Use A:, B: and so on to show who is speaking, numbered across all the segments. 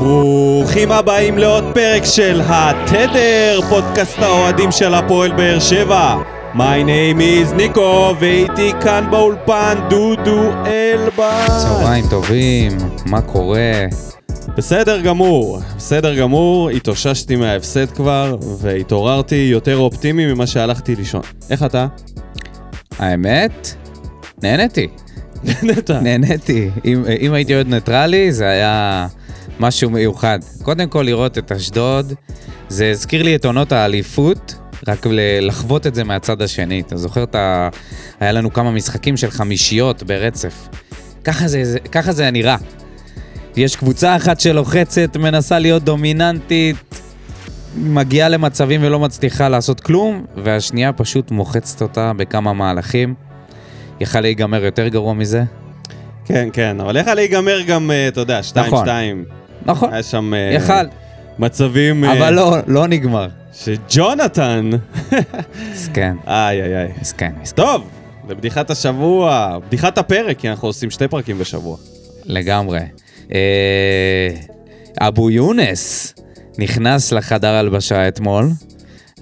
A: ברוכים הבאים לעוד פרק של התדר, פודקאסט האוהדים של הפועל באר שבע. My name is ניקו, ואיתי כאן באולפן דודו אלבן.
B: צהריים טובים, מה קורה?
A: בסדר גמור, בסדר גמור, התאוששתי מההפסד כבר, והתעוררתי יותר אופטימי ממה שהלכתי לישון. איך אתה?
B: האמת? נהניתי,
A: נהנית.
B: נהניתי. אם, אם הייתי עוד ניטרלי, זה היה משהו מיוחד. קודם כל לראות את אשדוד, זה הזכיר לי את עונות האליפות, רק ל- לחוות את זה מהצד השני. אתה זוכר את ה... היה לנו כמה משחקים של חמישיות ברצף. ככה זה, זה, ככה זה נראה. יש קבוצה אחת שלוחצת, מנסה להיות דומיננטית, מגיעה למצבים ולא מצליחה לעשות כלום, והשנייה פשוט מוחצת אותה בכמה מהלכים. יכל להיגמר יותר גרוע מזה.
A: כן, כן, אבל איך להיגמר גם, אה, אתה יודע, 2-2.
B: נכון. נכון,
A: היה שם... אה,
B: יכל,
A: מצבים... אה,
B: אבל לא, לא נגמר.
A: שג'ונתן...
B: מסכן,
A: איי, איי, איי.
B: מסכן, מסכן.
A: טוב, לבדיחת השבוע, בדיחת הפרק, כי אנחנו עושים שתי פרקים בשבוע.
B: לגמרי. אה, אבו יונס נכנס לחדר הלבשה אתמול,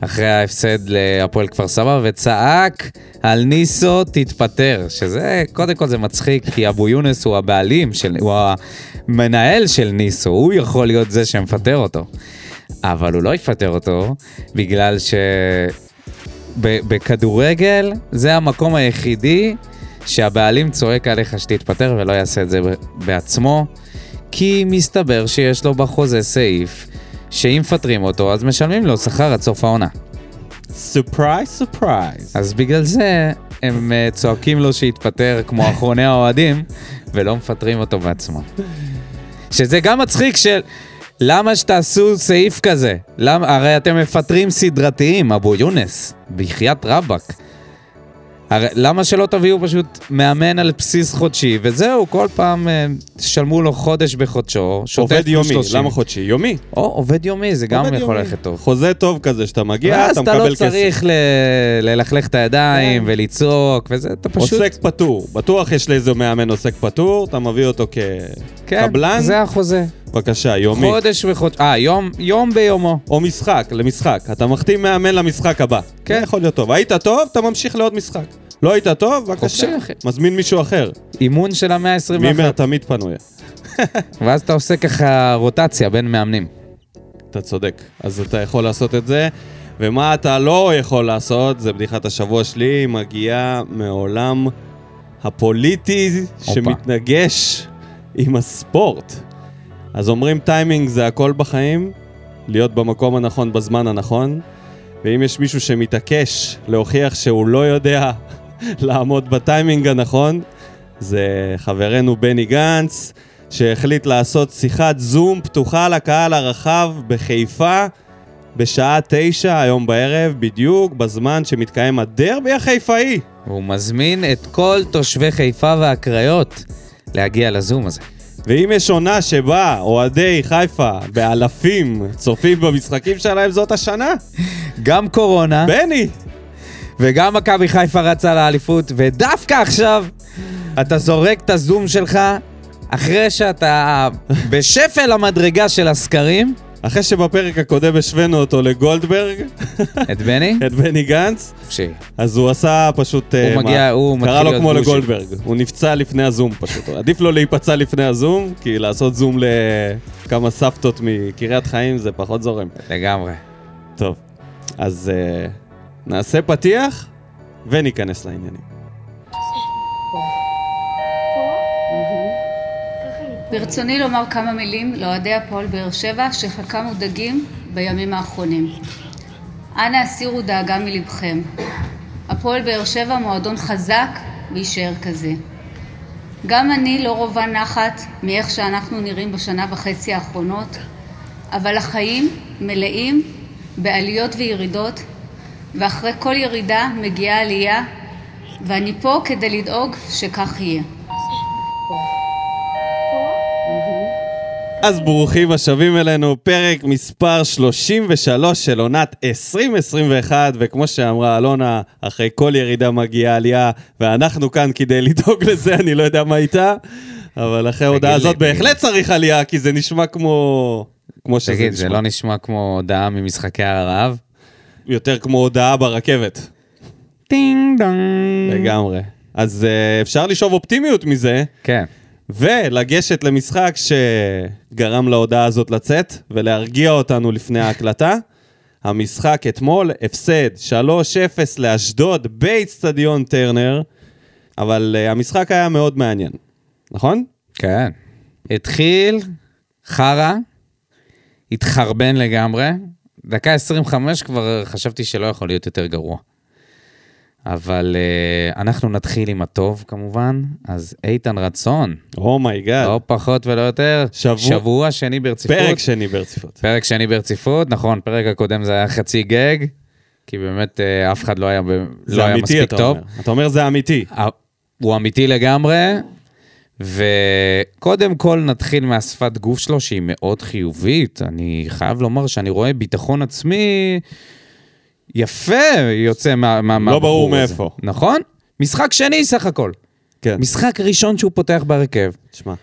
B: אחרי ההפסד להפועל כפר סבא, וצעק על ניסו תתפטר, שזה, קודם כל זה מצחיק, כי אבו יונס הוא הבעלים של, הוא המנהל של ניסו, הוא יכול להיות זה שמפטר אותו. אבל הוא לא יפטר אותו, בגלל ש... ב- בכדורגל זה המקום היחידי שהבעלים צועק עליך שתתפטר ולא יעשה את זה ב- בעצמו, כי מסתבר שיש לו בחוזה סעיף שאם מפטרים אותו אז משלמים לו שכר עד סוף העונה.
A: סופרייז, סופרייז.
B: אז בגלל זה הם אה, צועקים לו שיתפטר כמו אחרוני האוהדים ולא מפטרים אותו בעצמו. שזה גם מצחיק של... למה שתעשו סעיף כזה? למה, הרי אתם מפטרים סדרתיים, אבו יונס, בחייאת רבאק. הרי, למה שלא תביאו פשוט מאמן על בסיס חודשי, וזהו, כל פעם אה, תשלמו לו חודש בחודשו, שוטף
A: עובד
B: פלוס
A: יומי,
B: 30.
A: למה חודשי? יומי.
B: או, עובד יומי, זה גם
A: עובד
B: יכול
A: יומי.
B: ללכת טוב.
A: חוזה טוב כזה, שאתה מגיע,
B: ואז
A: כן, אתה
B: אתה
A: מקבל
B: לא
A: כסף.
B: צריך ל... ללכלך את הידיים
A: כן.
B: ולצעוק וזה, אתה פשוט...
A: עוסק פטור. בטוח יש לאיזה מאמן עוסק פטור, אתה מביא אותו
B: כן,
A: כקבלן.
B: זה החוזה.
A: בבקשה, יומי.
B: חודש וחודש... אה, יום, יום ביומו.
A: או משחק, למשחק. אתה מחתים מאמן למשחק הבא.
B: כן.
A: זה יכול להיות טוב. היית טוב, אתה ממשיך לעוד משחק. לא היית טוב, בבקשה.
B: חופשי, אחי.
A: מזמין מישהו אחר.
B: אימון של המאה
A: מימר
B: ה-21.
A: תמיד פנוי.
B: ואז אתה עושה ככה רוטציה בין מאמנים.
A: אתה צודק. אז אתה יכול לעשות את זה, ומה אתה לא יכול לעשות, זה בדיחת השבוע שלי, היא מגיעה מעולם הפוליטי שמתנגש עם הספורט. אז אומרים טיימינג זה הכל בחיים, להיות במקום הנכון בזמן הנכון, ואם יש מישהו שמתעקש להוכיח שהוא לא יודע לעמוד בטיימינג הנכון, זה חברנו בני גנץ, שהחליט לעשות שיחת זום פתוחה לקהל הרחב בחיפה בשעה תשע היום בערב, בדיוק בזמן שמתקיים הדרבי החיפאי.
B: והוא מזמין את כל תושבי חיפה והקריות להגיע לזום הזה.
A: ואם יש עונה שבה אוהדי חיפה באלפים צופים במשחקים שלהם, זאת השנה.
B: גם קורונה,
A: בני!
B: וגם מכבי חיפה רצה לאליפות, ודווקא עכשיו אתה זורק את הזום שלך, אחרי שאתה בשפל המדרגה של הסקרים,
A: אחרי שבפרק הקודם השווינו אותו לגולדברג,
B: את בני,
A: את בני גנץ,
B: חופשי.
A: אז הוא עשה פשוט... אה,
B: מגיע,
A: מה-
B: הוא מתחיל
A: קרא לו
B: להיות
A: כמו
B: בוז'י.
A: לגולדברג, הוא נפצע לפני הזום פשוט. עדיף לו להיפצע לפני הזום, כי לעשות זום לכמה סבתות מקריית חיים זה פחות זורם.
B: לגמרי.
A: טוב, אז אה, נעשה פתיח וניכנס לעניינים.
C: ברצוני לומר כמה מילים לאוהדי הפועל באר שבע שחלקם מודאגים בימים האחרונים. אנא הסירו דאגה מלבכם. הפועל באר שבע מועדון חזק ויישאר כזה. גם אני לא רווה נחת מאיך שאנחנו נראים בשנה וחצי האחרונות, אבל החיים מלאים בעליות וירידות, ואחרי כל ירידה מגיעה עלייה, ואני פה כדי לדאוג שכך יהיה.
A: אז ברוכים השבים אלינו, פרק מספר 33 של עונת 2021, וכמו שאמרה אלונה, אחרי כל ירידה מגיעה עלייה, ואנחנו כאן כדי לדאוג לזה, אני לא יודע מה איתה, אבל אחרי ההודעה
B: לי,
A: הזאת
B: תגיד.
A: בהחלט צריך עלייה, כי זה נשמע כמו... כמו שזה
B: תגיד, זה
A: נשמע.
B: לא נשמע כמו הודעה ממשחקי הרעב?
A: יותר כמו הודעה ברכבת.
B: טינג דונג.
A: לגמרי. אז אה, אפשר לשאוב אופטימיות מזה,
B: כן.
A: ולגשת למשחק שגרם להודעה הזאת לצאת, ולהרגיע אותנו לפני ההקלטה. המשחק אתמול, הפסד 3-0 לאשדוד באיצטדיון טרנר, אבל אה, המשחק היה מאוד מעניין, נכון?
B: כן. התחיל, חרא, התחרבן לגמרי. דקה 25 כבר חשבתי שלא יכול להיות יותר גרוע. אבל uh, אנחנו נתחיל עם הטוב כמובן, אז איתן רצון,
A: Oh אומייגאד.
B: לא פחות ולא יותר,
A: אה. שבוע-
B: שבוע שני ברציפות.
A: פרק שני ברציפות.
B: פרק שני ברציפות, נכון, פרק הקודם זה היה חצי גג, כי באמת אה, אף אחד לא היה, ב... לא
A: זה
B: היה
A: אמיתי,
B: מספיק
A: אתה
B: טוב.
A: אומר. אתה אומר זה אמיתי.
B: ה- הוא אמיתי לגמרי, וקודם כל נתחיל מהשפת גוף שלו, שהיא מאוד חיובית. אני חייב לומר שאני רואה ביטחון עצמי יפה יוצא מה... מה
A: לא ברור
B: מהבחור הזה.
A: מאיפה.
B: נכון? משחק שני סך הכל.
A: כן.
B: משחק ראשון שהוא פותח בהרכב.
A: תשמע.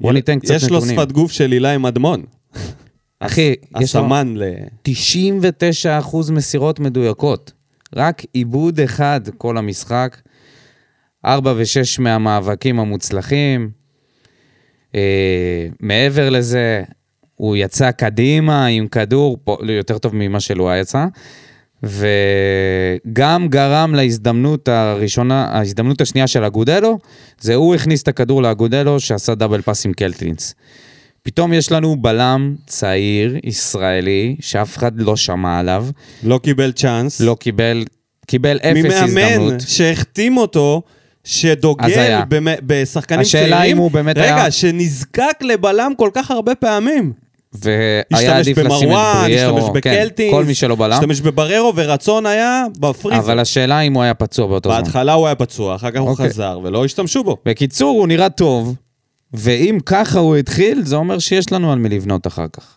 B: בוא ניתן קצת
A: יש
B: נתונים.
A: יש לו שפת גוף של הילה עם אדמון.
B: אחי, יש לו
A: הסמן ל...
B: 99% מסירות מדויקות. רק עיבוד אחד כל המשחק. 4 ו-6 מהמאבקים המוצלחים. אה, מעבר לזה, הוא יצא קדימה עם כדור, פה, יותר טוב ממה שלואה יצא, וגם גרם להזדמנות הראשונה, ההזדמנות השנייה של אגודלו, זה הוא הכניס את הכדור לאגודלו שעשה דאבל פאס עם קלטינס. פתאום יש לנו בלם צעיר, ישראלי, שאף אחד לא שמע עליו,
A: לא קיבל צ'אנס.
B: לא קיבל, קיבל אפס
A: ממאמן
B: הזדמנות.
A: שהחתים אותו,
B: אז
A: שדוגל
B: היה.
A: במ... בשחקנים
B: השאלה
A: צעירים.
B: אם הוא באמת
A: רגע,
B: היה-
A: שנזקק לבלם כל כך הרבה פעמים.
B: והיה
A: השתמש
B: עדיף לשים את
A: במרואן, השתמש
B: בריארו, כן,
A: בקלטינס.
B: כל מי שלא בלם,
A: השתמש בבררו ורצון היה בפריזר.
B: אבל השאלה אם הוא היה פצוע באותו זמן.
A: בהתחלה הוא היה פצוע, אחר כך הוא
B: אוקיי.
A: חזר, ולא השתמשו בו.
B: בקיצור, הוא נראה טוב, ואם ככה הוא התחיל, זה אומר שיש לנו על מי לבנות אחר כך.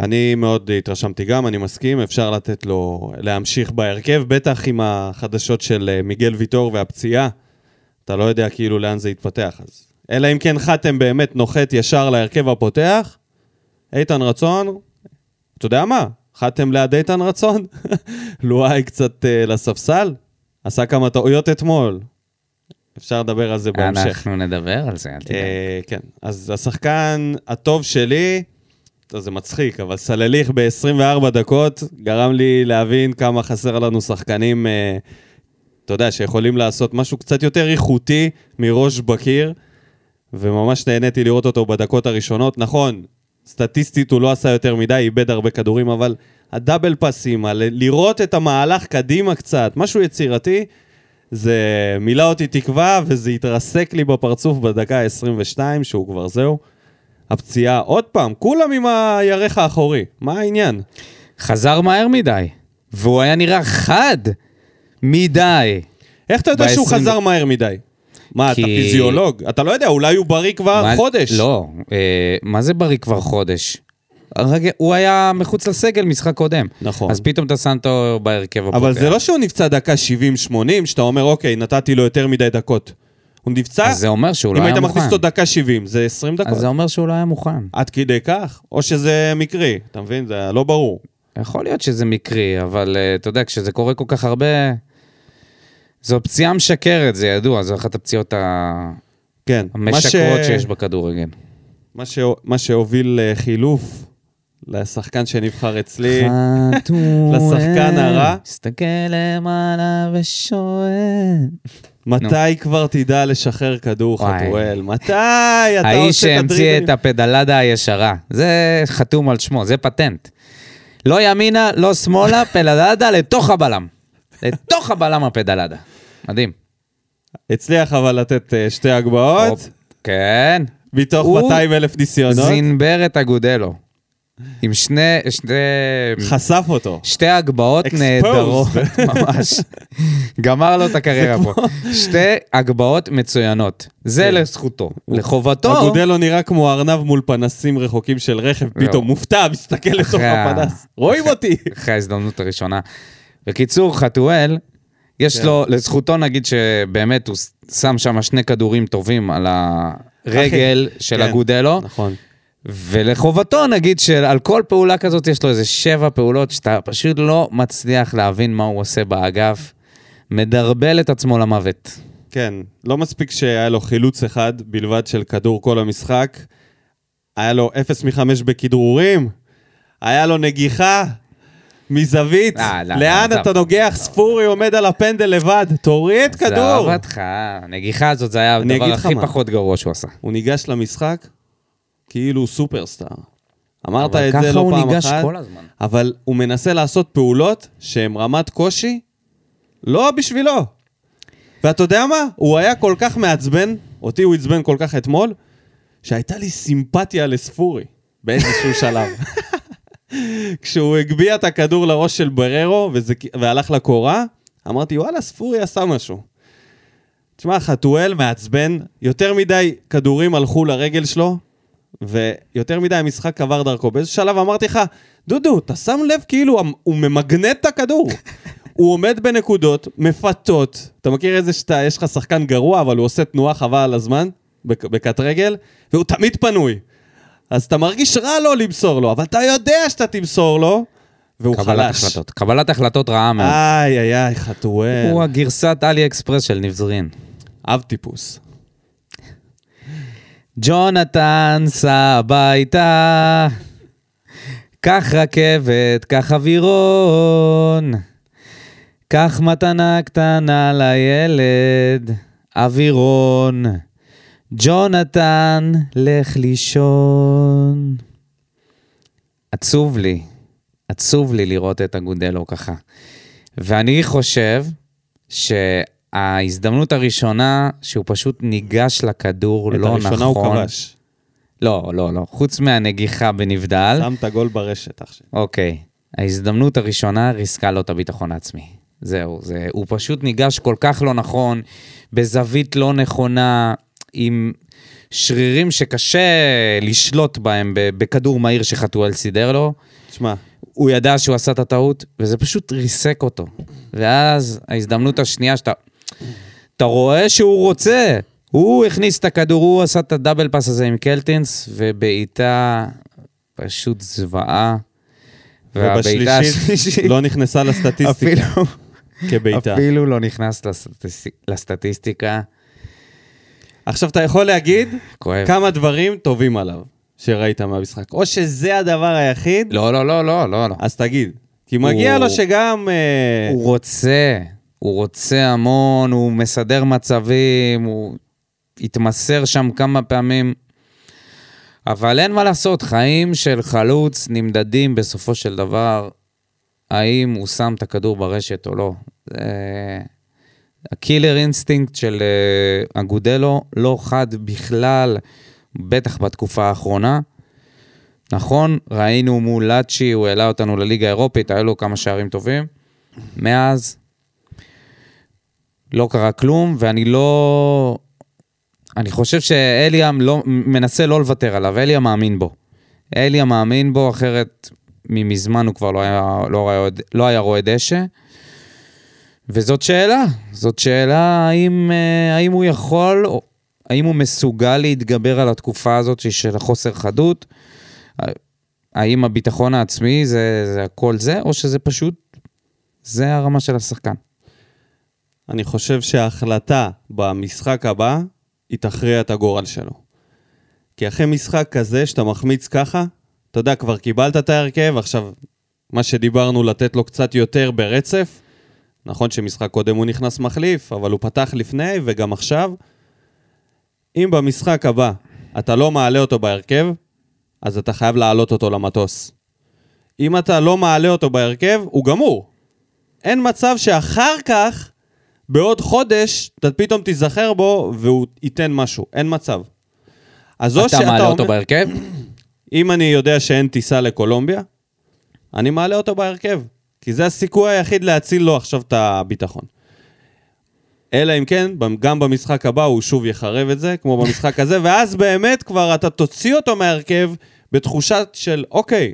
A: אני מאוד התרשמתי גם, אני מסכים, אפשר לתת לו להמשיך בהרכב, בטח עם החדשות של אה, מיגל ויטור והפציעה. אתה לא יודע כאילו לאן זה יתפתח אז. אלא אם כן חתם באמת נוחת ישר להרכב הפותח, איתן רצון, אתה יודע מה? חתם ליד איתן רצון, לואי קצת אה, לספסל, עשה כמה טעויות אתמול. אפשר לדבר על זה בהמשך.
B: אנחנו נדבר על זה, אל תדאג.
A: אה, כן, אז השחקן הטוב שלי, טוב, זה מצחיק, אבל סלליך ב-24 דקות גרם לי להבין כמה חסר לנו שחקנים, אה, אתה יודע, שיכולים לעשות משהו קצת יותר איכותי מראש בקיר, וממש נהניתי לראות אותו בדקות הראשונות. נכון, סטטיסטית הוא לא עשה יותר מדי, איבד הרבה כדורים, אבל הדאבל פסים, ה- לראות את המהלך קדימה קצת, משהו יצירתי, זה מילא אותי תקווה, וזה התרסק לי בפרצוף בדקה ה-22, שהוא כבר זהו. הפציעה, עוד פעם, כולם עם הירך האחורי, מה העניין?
B: חזר מהר מדי, והוא היה נראה חד מדי.
A: איך אתה יודע שהוא
B: ב-עשרים
A: חזר מהר מדי? מה, אתה
B: כי-
A: פיזיולוג? אתה לא יודע, אולי הוא בריא כבר
B: מה-
A: חודש.
B: לא, אה, מה זה בריא כבר חודש? הרגע- הוא היה מחוץ לסגל משחק קודם.
A: נכון.
B: אז פתאום אתה שם אותו בהרכב הפותח.
A: אבל זה לא שהוא נפצע דקה 70-80, שאתה אומר, אוקיי, נתתי לו יותר מדי דקות. הוא נפצע,
B: אז זה אומר שהוא לא
A: אם
B: היה
A: היית
B: מוכן.
A: מכניס אותו דקה 70, זה 20 דקות.
B: אז זה אומר שהוא לא היה מוכן.
A: עד כדי כך? או שזה מקרי, אתה מבין? זה לא ברור.
B: יכול להיות שזה מקרי, אבל אה, אתה יודע, כשזה קורה כל כך הרבה... זו פציעה משקרת, זה ידוע, זו אחת הפציעות ה-
A: כן. מה
B: המשקרות
A: ש-
B: שיש בכדורגל.
A: מה, ש... מה שהוביל אה, חילוף לשחקן שנבחר אצלי,
B: חתואל,
A: אה, לשחקן הרע.
B: מסתכל למעלה ושואל.
A: מתי כבר תדע לשחרר כדור
B: וואי.
A: חתואל? מתי אתה
B: האיש
A: עושה את
B: שהמציא
A: הדריבלים?
B: את הפדלדה הישרה. זה חתום על שמו, זה פטנט. לא ימינה, לא שמאלה, פדלדה לתוך הבלם. לתוך הבלם הפדלדה. מדהים.
A: הצליח אבל לתת אה, שתי הגבהות,
B: הופ. כן.
A: מתוך
B: הוא
A: 200 אלף ניסיונות,
B: זינבר את אגודלו. עם שני, שני,
A: חשף אותו.
B: שתי הגבהות
A: Exposed.
B: נהדרות, ממש. גמר לו את הקריירה פה. שתי הגבהות מצוינות. זה
A: כן.
B: לזכותו. לחובתו,
A: אגודלו נראה כמו ארנב מול פנסים רחוקים של רכב,
B: לא.
A: פתאום מופתע, מסתכל לתוך
B: אחרי ה-
A: הפנס. רואים אותי!
B: אחרי ההזדמנות הראשונה. בקיצור, חתואל, יש
A: כן.
B: לו, לזכותו נגיד שבאמת הוא ש- שם שם שני כדורים טובים על ה... רגל של
A: כן,
B: אגודלו,
A: נכון.
B: ולחובתו נגיד שעל כל פעולה כזאת יש לו איזה שבע פעולות שאתה פשוט לא מצליח להבין מה הוא עושה באגף. מדרבל את עצמו למוות.
A: כן, לא מספיק שהיה לו חילוץ אחד בלבד של כדור כל המשחק, היה לו 0 מ-5 בכדרורים, היה לו נגיחה מזווית,
B: אה, לא,
A: לאן
B: לא,
A: אתה
B: לא,
A: נוגח? ספורי עומד על הפנדל לבד, תוריד כדור!
B: עזוב אותך, הנגיחה הזאת זה היה
A: אני
B: הדבר
A: אגיד לך
B: הכי
A: מה.
B: פחות גרוע שהוא עשה.
A: הוא ניגש למשחק כאילו הוא סופרסטאר. אמרת
B: אבל
A: את זה
B: ככה
A: לא
B: הוא
A: פעם
B: ניגש
A: אחת,
B: כל הזמן.
A: אבל הוא מנסה לעשות פעולות שהן רמת קושי לא בשבילו. ואתה יודע מה? הוא היה כל כך מעצבן, אותי הוא עצבן כל כך אתמול, שהייתה לי סימפתיה לספורי באיזשהו שלב. כשהוא הגביה את הכדור לראש של בררו וזה, והלך לקורה, אמרתי, וואלה, ספורי עשה משהו. תשמע, חתואל מעצבן, יותר מדי כדורים הלכו לרגל שלו, ויותר מדי המשחק עבר דרכו. באיזשהו שלב אמרתי לך, דודו, אתה שם לב כאילו המ- הוא ממגנט את הכדור. הוא עומד בנקודות, מפתות. אתה מכיר את זה שאתה, יש לך שחקן גרוע, אבל הוא עושה תנועה חבל על הזמן, בכ- בכת רגל, והוא תמיד פנוי. אז אתה מרגיש רע לו למסור לו, אבל אתה יודע שאתה תמסור לו, והוא חלש. אה,
B: קבלת החלטות. קבלת החלטות רעה מאוד.
A: איי, איי, איי, חתואל.
B: הוא הגרסת אלי אקספרס של נבזרין.
A: אב טיפוס.
B: ג'ונתן, סע הביתה. קח רכבת, קח אווירון. קח מתנה קטנה לילד, אווירון. ג'ונתן, לך לישון. עצוב לי, עצוב לי לראות את אגודלו ככה. ואני חושב שההזדמנות הראשונה שהוא פשוט ניגש לכדור
A: את
B: לא נכון.
A: הראשונה הוא כבש.
B: לא, לא, לא. חוץ מהנגיחה בנבדל,
A: שם את הגול ברשת, אח שלי.
B: אוקיי. ההזדמנות הראשונה ריסקה לו את הביטחון העצמי. זהו, זה, הוא פשוט ניגש כל כך לא נכון, בזווית לא נכונה, עם שרירים שקשה לשלוט בהם ב- בכדור מהיר שחתואל סידר לו.
A: תשמע,
B: הוא ידע שהוא עשה את הטעות, וזה פשוט ריסק אותו. ואז ההזדמנות השנייה שאתה... אתה רואה שהוא רוצה. הוא הכניס את הכדור, הוא עשה את הדאבל פאס הזה עם קלטינס, ובעיטה פשוט זוועה. והבעיטה
A: ובשלישית
B: השלישית
A: לא נכנסה לסטטיסטיקה
B: אפילו,
A: כבעיטה.
B: אפילו לא נכנס לסטטיסטיק, לסטטיסטיקה.
A: עכשיו, אתה יכול להגיד
B: כואב.
A: כמה דברים טובים עליו שראית מהמשחק. או שזה הדבר היחיד,
B: לא, לא, לא, לא, לא, לא.
A: אז תגיד. כי מגיע
B: הוא-
A: לו שגם... אה,
B: הוא רוצה, הוא רוצה המון, הוא מסדר מצבים, הוא התמסר שם כמה פעמים. אבל אין מה לעשות, חיים של חלוץ נמדדים בסופו של דבר האם הוא שם את הכדור ברשת או לא. זה... הקילר אינסטינקט של אה, אגודלו לא חד בכלל, בטח בתקופה האחרונה. נכון, ראינו מול לאצ'י, הוא העלה אותנו לליגה האירופית, היו לו כמה שערים טובים. מאז לא קרה כלום, ואני לא... אני חושב שאליאם לא, מנסה לא לוותר עליו, אליאם מאמין בו. אליאם מאמין בו, אחרת ממזמן הוא כבר לא היה, לא היה, לא היה רואה דשא. וזאת שאלה, זאת שאלה האם, אה, האם הוא יכול, או האם הוא מסוגל להתגבר על התקופה הזאת של החוסר חדות? האם הביטחון העצמי זה, זה הכל זה, או שזה פשוט, זה הרמה של השחקן.
A: אני חושב שההחלטה במשחק הבא, היא תכריע את הגורל שלו. כי אחרי משחק כזה, שאתה מחמיץ ככה, אתה יודע, כבר קיבלת את ההרכב, עכשיו, מה שדיברנו, לתת לו קצת יותר ברצף. נכון שמשחק קודם הוא נכנס מחליף, אבל הוא פתח לפני וגם עכשיו. אם במשחק הבא אתה לא מעלה אותו בהרכב, אז אתה חייב להעלות אותו למטוס. אם אתה לא מעלה אותו בהרכב, הוא גמור. אין מצב שאחר כך, בעוד חודש, אתה פתאום תיזכר בו והוא ייתן משהו. אין מצב. אז או
B: אתה
A: שאתה
B: מעלה
A: אומר-
B: אותו בהרכב?
A: אם אני יודע שאין טיסה לקולומביה, אני מעלה אותו בהרכב, כי זה הסיכוי היחיד להציל לו עכשיו את הביטחון. אלא אם כן, גם במשחק הבא הוא שוב יחרב את זה, כמו במשחק הזה, ואז באמת כבר אתה תוציא אותו מההרכב בתחושה של, אוקיי,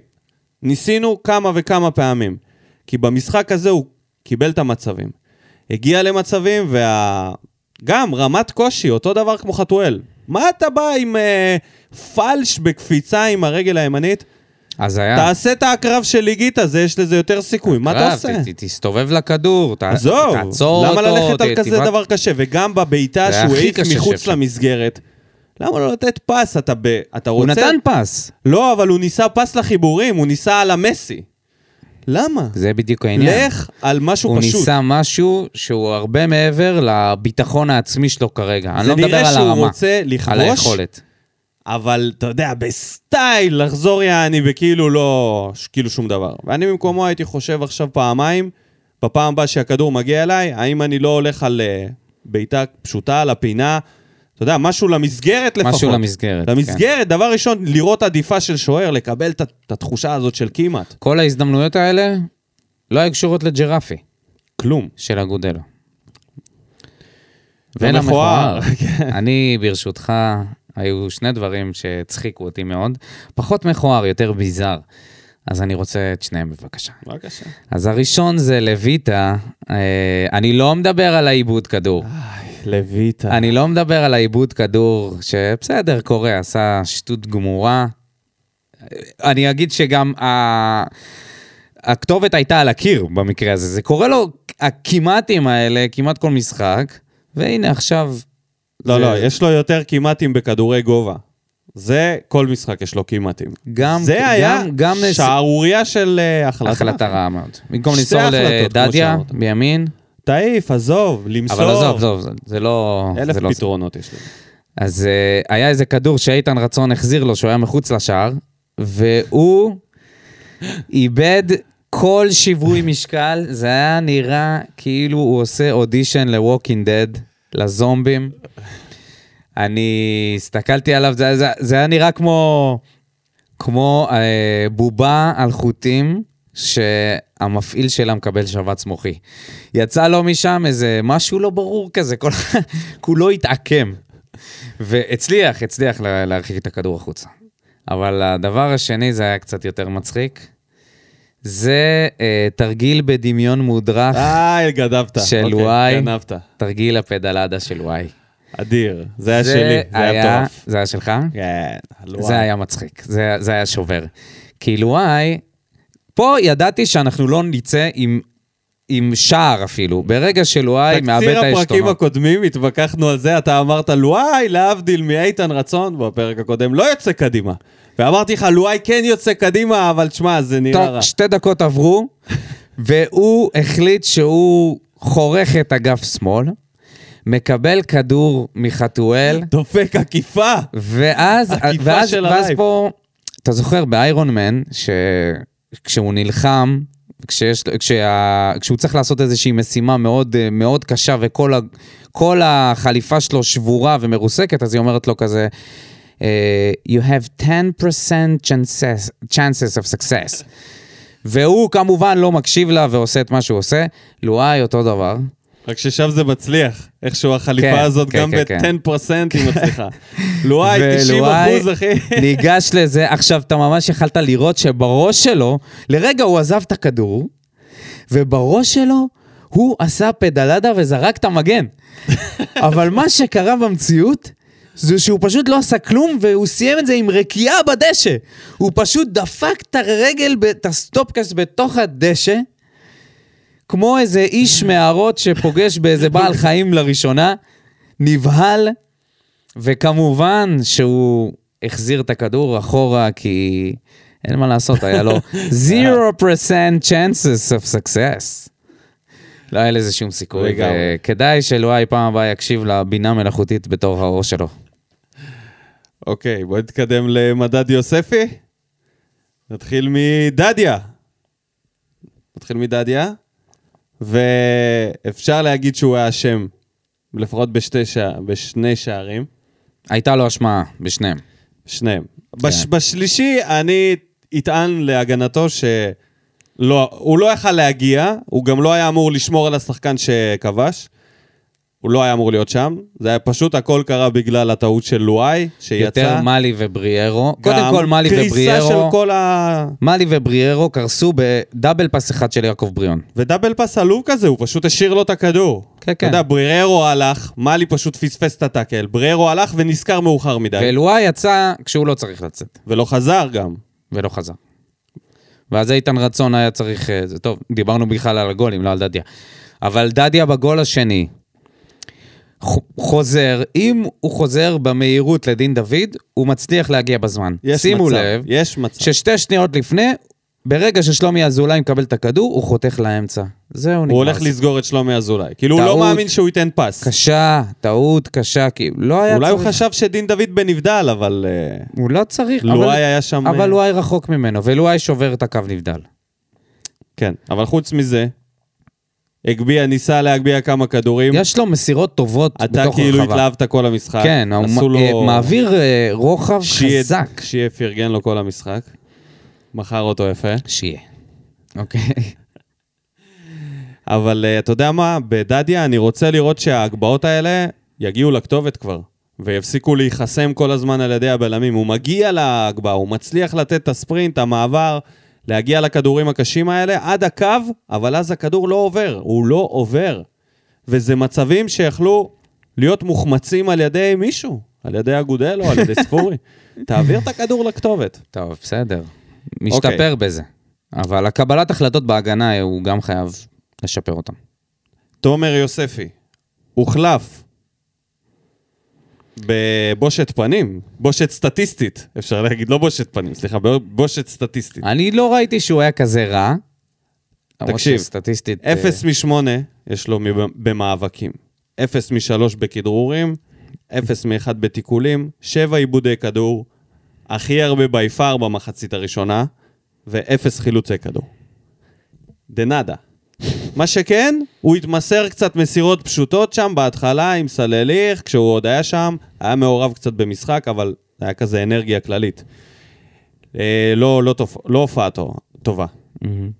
A: ניסינו כמה וכמה פעמים. כי במשחק הזה הוא קיבל את המצבים. הגיע למצבים, וה... גם רמת קושי, אותו דבר כמו חתואל. מה אתה בא עם אה, פלש בקפיצה עם הרגל הימנית?
B: אה. אז היה...
A: תעשה את הקרב של ליגית הזה, יש לזה יותר סיכוי. מה אתה
B: קרב,
A: עושה?
B: ת- ת- תסתובב לכדור, ת-
A: עזוב,
B: תעצור אותו.
A: למה ללכת על
B: ת-
A: כזה
B: תבעט-
A: דבר קשה? וגם בבעיטה
B: זה
A: שהוא
B: הכי
A: העיף
B: קשה
A: מחוץ
B: שאפשר.
A: למסגרת, למה לא לתת פס? אתה ב... אתה
B: הוא
A: רוצה...
B: נתן פס.
A: לא, אבל הוא ניסה פס לחיבורים, הוא ניסה על המסי. למה?
B: זה בדיוק העניין.
A: לך על משהו
B: הוא
A: פשוט.
B: ניסה משהו שהוא הרבה מעבר לביטחון העצמי שלו כרגע. אני
A: זה
B: לא מדבר
A: נראה
B: על
A: שהוא
B: הרמה.
A: רוצה
B: על
A: לכבוש,
B: היכולת.
A: אבל אתה יודע, בסטייל לחזור יעני בכאילו לא, ש- כאילו שום דבר. ואני במקומו הייתי חושב עכשיו פעמיים, בפעם הבאה שהכדור מגיע אליי, האם אני לא הולך על אה, בעיטה פשוטה לפינה, אתה יודע, משהו למסגרת לפחות.
B: משהו למסגרת, כן.
A: למסגרת, דבר ראשון, לראות עדיפה של שוער, לקבל את ה- את התחושה הזאת של כמעט.
B: כל ההזדמנויות האלה לא היו קשורות לג'רפי
A: כלום.
B: של אגודלו.
A: ומכוער.
B: ולמכוער.
A: כן.
B: כן. אני, ברשותך, היו שני דברים שהצחיקו אותי מאוד. פחות מכוער, יותר ביזאר. אז אני רוצה את שניהם בבקשה.
A: בבקשה.
B: אז הראשון זה לויטה. אה, אני לא מדבר על העיבוד כדור.
A: לויטה.
B: אני לא מדבר על העיבוד כדור, שבסדר, קורה, עשה שטות גמורה. אני אגיד שגם ה... הכתובת הייתה על הקיר במקרה הזה. זה קורה לו, הכמעטים האלה, כמעט כל משחק, והנה עכשיו...
A: לא,
B: זה-
A: לא, יש לו יותר כמעטים בכדורי גובה. זה, כל משחק יש לו כמעטים.
B: גם,
A: זה היה
B: גם, גם נס-
A: שערורייה של אה, החלטה.
B: החלטה רעה מאוד. במקום
A: שתי
B: למסור
A: החלטות, כמו
B: לדדיה
A: שאמרת.
B: בימין,
A: תעיף, עזוב, למסור.
B: אבל עזוב, עזוב, זה- זה לא...
A: אלף
B: זה לא זה.
A: פתרונות יש לנו.
B: אז uh, היה איזה כדור שאיתן רצון החזיר לו, שהוא היה מחוץ לשער, והוא איבד כל שיווי משקל. זה היה נראה כאילו הוא עושה אודישן ל-Walking Dead, לזומבים. אני הסתכלתי עליו, זה, זה, זה היה נראה כמו, כמו אה, בובה על חוטים שהמפעיל שלה מקבל שבץ מוחי. יצא לו משם איזה משהו לא ברור כזה, כל, כולו התעקם. והצליח, הצליח לה- להרחיק את הכדור החוצה. אבל הדבר השני, זה היה קצת יותר מצחיק, זה אה, תרגיל בדמיון מודרך,
A: איי, גנבת.
B: של
A: אוקיי,
B: וואי.
A: גנבת.
B: תרגיל הפדלדה של וואי.
A: אדיר. זה היה שלי, זה היה מטורף.
B: זה היה שלך?
A: כן, על וואי.
B: זה היה מצחיק, זה, זה היה שובר. כאילו, וואי, פה ידעתי שאנחנו לא נצא עם, עם שער אפילו. ברגע שלואי מאבד את
A: תקציר הפרקים
B: העשתונות.
A: הקודמים, התווכחנו על זה, אתה אמרת, לואי, להבדיל מאיתן רצון, בפרק הקודם, לא יוצא קדימה. ואמרתי לך, לואי כן יוצא קדימה, אבל שמע, זה נראה רע.
B: טוב, שתי דקות עברו, והוא החליט שהוא חורך את אגף שמאל, מקבל כדור מחתואל,
A: דופק עקיפה.
B: ואז,
A: עקיפה
B: ואז,
A: של
B: ואז
A: הלייב.
B: פה, אתה זוכר באיירון מן, שכשהוא נלחם, כשיש, כשה, כשהוא צריך לעשות איזושהי משימה מאוד, אה, מאוד קשה וכל ה, כל החליפה שלו שבורה ומרוסקת, אז היא אומרת לו כזה, אה, You have 10% chances, chances of success. והוא כמובן לא מקשיב לה ועושה את מה שהוא עושה, לואי אותו דבר.
A: רק ששם זה מצליח. איכשהו
B: כן,
A: החליפה הזאת,
B: כן,
A: גם
B: כן, כן.
A: ב-10% היא מצליחה. לואי, 90
B: ולואי
A: אחוז, אחי.
B: ניגש לזה, עכשיו אתה ממש יכלת לראות שבראש שלו, לרגע הוא עזב את הכדור, ובראש שלו הוא עשה פדלדה וזרק את המגן. אבל מה שקרה במציאות, זה שהוא פשוט לא עשה כלום, והוא סיים את זה עם רקיעה בדשא. הוא פשוט דפק את הרגל, ב- את הסטופקאסט בתוך הדשא. כמו איזה איש מערות שפוגש באיזה בעל חיים לראשונה, נבהל, וכמובן שהוא החזיר את הכדור אחורה, כי אין מה לעשות, היה לו 0% chances of success. לא היה לזה שום סיכוי,
A: לגמרי.
B: וכדאי שלואי פעם הבאה יקשיב לבינה מלאכותית בתור האור שלו.
A: אוקיי, בוא נתקדם למדד יוספי. נתחיל מדדיה. נתחיל מדדיה, ואפשר להגיד שהוא היה אשם, לפחות בשתי שע... בשני שערים,
B: הייתה לו השמעה בשניהם.
A: שניהם.
B: כן.
A: בש... בשלישי אני אטען להגנתו ש... לא, הוא לא יכל להגיע, הוא גם לא היה אמור לשמור על השחקן שכבש. הוא לא היה אמור להיות שם, זה היה פשוט הכל קרה בגלל הטעות של לואי, שיצא.
B: יותר מאלי ובריירו.
A: גם
B: קודם כל מאלי
A: קריסה של
B: ובריירו,
A: כל ה...
B: מאלי ובריירו קרסו בדאבל פס אחד של יעקב בריאון.
A: ודאבל פס עלוב כזה, הוא פשוט השאיר לו את הכדור.
B: כן,
A: אתה
B: כן.
A: יודע, בריירו הלך, מאלי פשוט פספס את הטאקל. בריירו הלך ונזכר מאוחר מדי,
B: ואלוואי יצא כשהוא לא צריך לצאת,
A: ולא חזר גם.
B: ולא חזר. ואז איתן רצון היה צריך... אה, זה טוב, דיברנו בכלל על הגולים, לא על דדיה. אבל דדיה בגול השני, ח- חוזר, אם הוא חוזר במהירות לדין דוד, הוא מצליח להגיע בזמן.
A: יש
B: שימו
A: מצב,
B: לב,
A: יש מצב.
B: ששתי שניות לפני, ברגע ששלומי אזולאי מקבל את הכדור, הוא חותך לאמצע. זהו, נגמר.
A: הוא הולך
B: זה.
A: לסגור את שלומי אזולאי. כאילו, הוא לא
B: טעות.
A: מאמין שהוא ייתן פס.
B: קשה, טעות קשה, כי לא היה
A: אולי
B: צריך...
A: הוא חשב שדין דוד בנבדל, אבל... אה,
B: הוא לא צריך, אבל...
A: לואי היה שם... אה,
B: אבל לואי רחוק ממנו, ולואי שובר את הקו נבדל.
A: כן, אבל חוץ מזה, הגביה, ניסה להגביה כמה כדורים.
B: יש לו מסירות טובות בתוך הרחבה.
A: אתה כאילו התלהבת כל המשחק.
B: כן, הוא
A: עשו
B: מ-
A: לו...
B: אה, מעביר אה, רוחב
A: שיהיה-
B: חזק.
A: שיהיה פרגן לו כל המשחק. מכר אותו יפה.
B: שיהיה. אוקיי.
A: אבל אה, אתה יודע מה, בדדיה אני רוצה לראות שההגבהות האלה יגיעו לכתובת כבר. ויפסיקו להיחסם כל הזמן על ידי הבלמים. הוא מגיע להגבהה, הוא מצליח לתת את הספרינט, המעבר, להגיע לכדורים הקשים האלה עד הקו, אבל אז הכדור לא עובר, הוא לא עובר. וזה מצבים שיכלו להיות מוחמצים על ידי מישהו, על ידי אגודל או על ידי ספורי. תעביר את הכדור לכתובת.
B: טוב, בסדר. משתפר
A: אוקיי.
B: בזה. אבל הקבלת החלטות בהגנה, אה, הוא גם חייב לשפר אותם.
A: תומר יוספי, הוחלף בבושת פנים, בושת סטטיסטית, אפשר להגיד, לא בושת פנים, סליחה, בושת סטטיסטית.
B: אני לא ראיתי שהוא היה כזה רע. למרות
A: תקשיב,
B: שסטטיסטית... אה,
A: אפס משמונה יש לו מב- במאבקים, אפס משלוש בכדרורים, אפס מאחד בתיקולים, שבע עיבודי כדור, הכי הרבה בי פאר במחצית הראשונה, ואפס חילוצי כדור. דנאדה. מה שכן, הוא התמסר קצת מסירות פשוטות שם בהתחלה עם סלליך, כשהוא עוד היה שם, היה מעורב קצת במשחק, אבל זה היה כזה אנרגיה כללית. אה, לא, לא, תופ... לא הופעה טוב- טובה,
B: מהמם.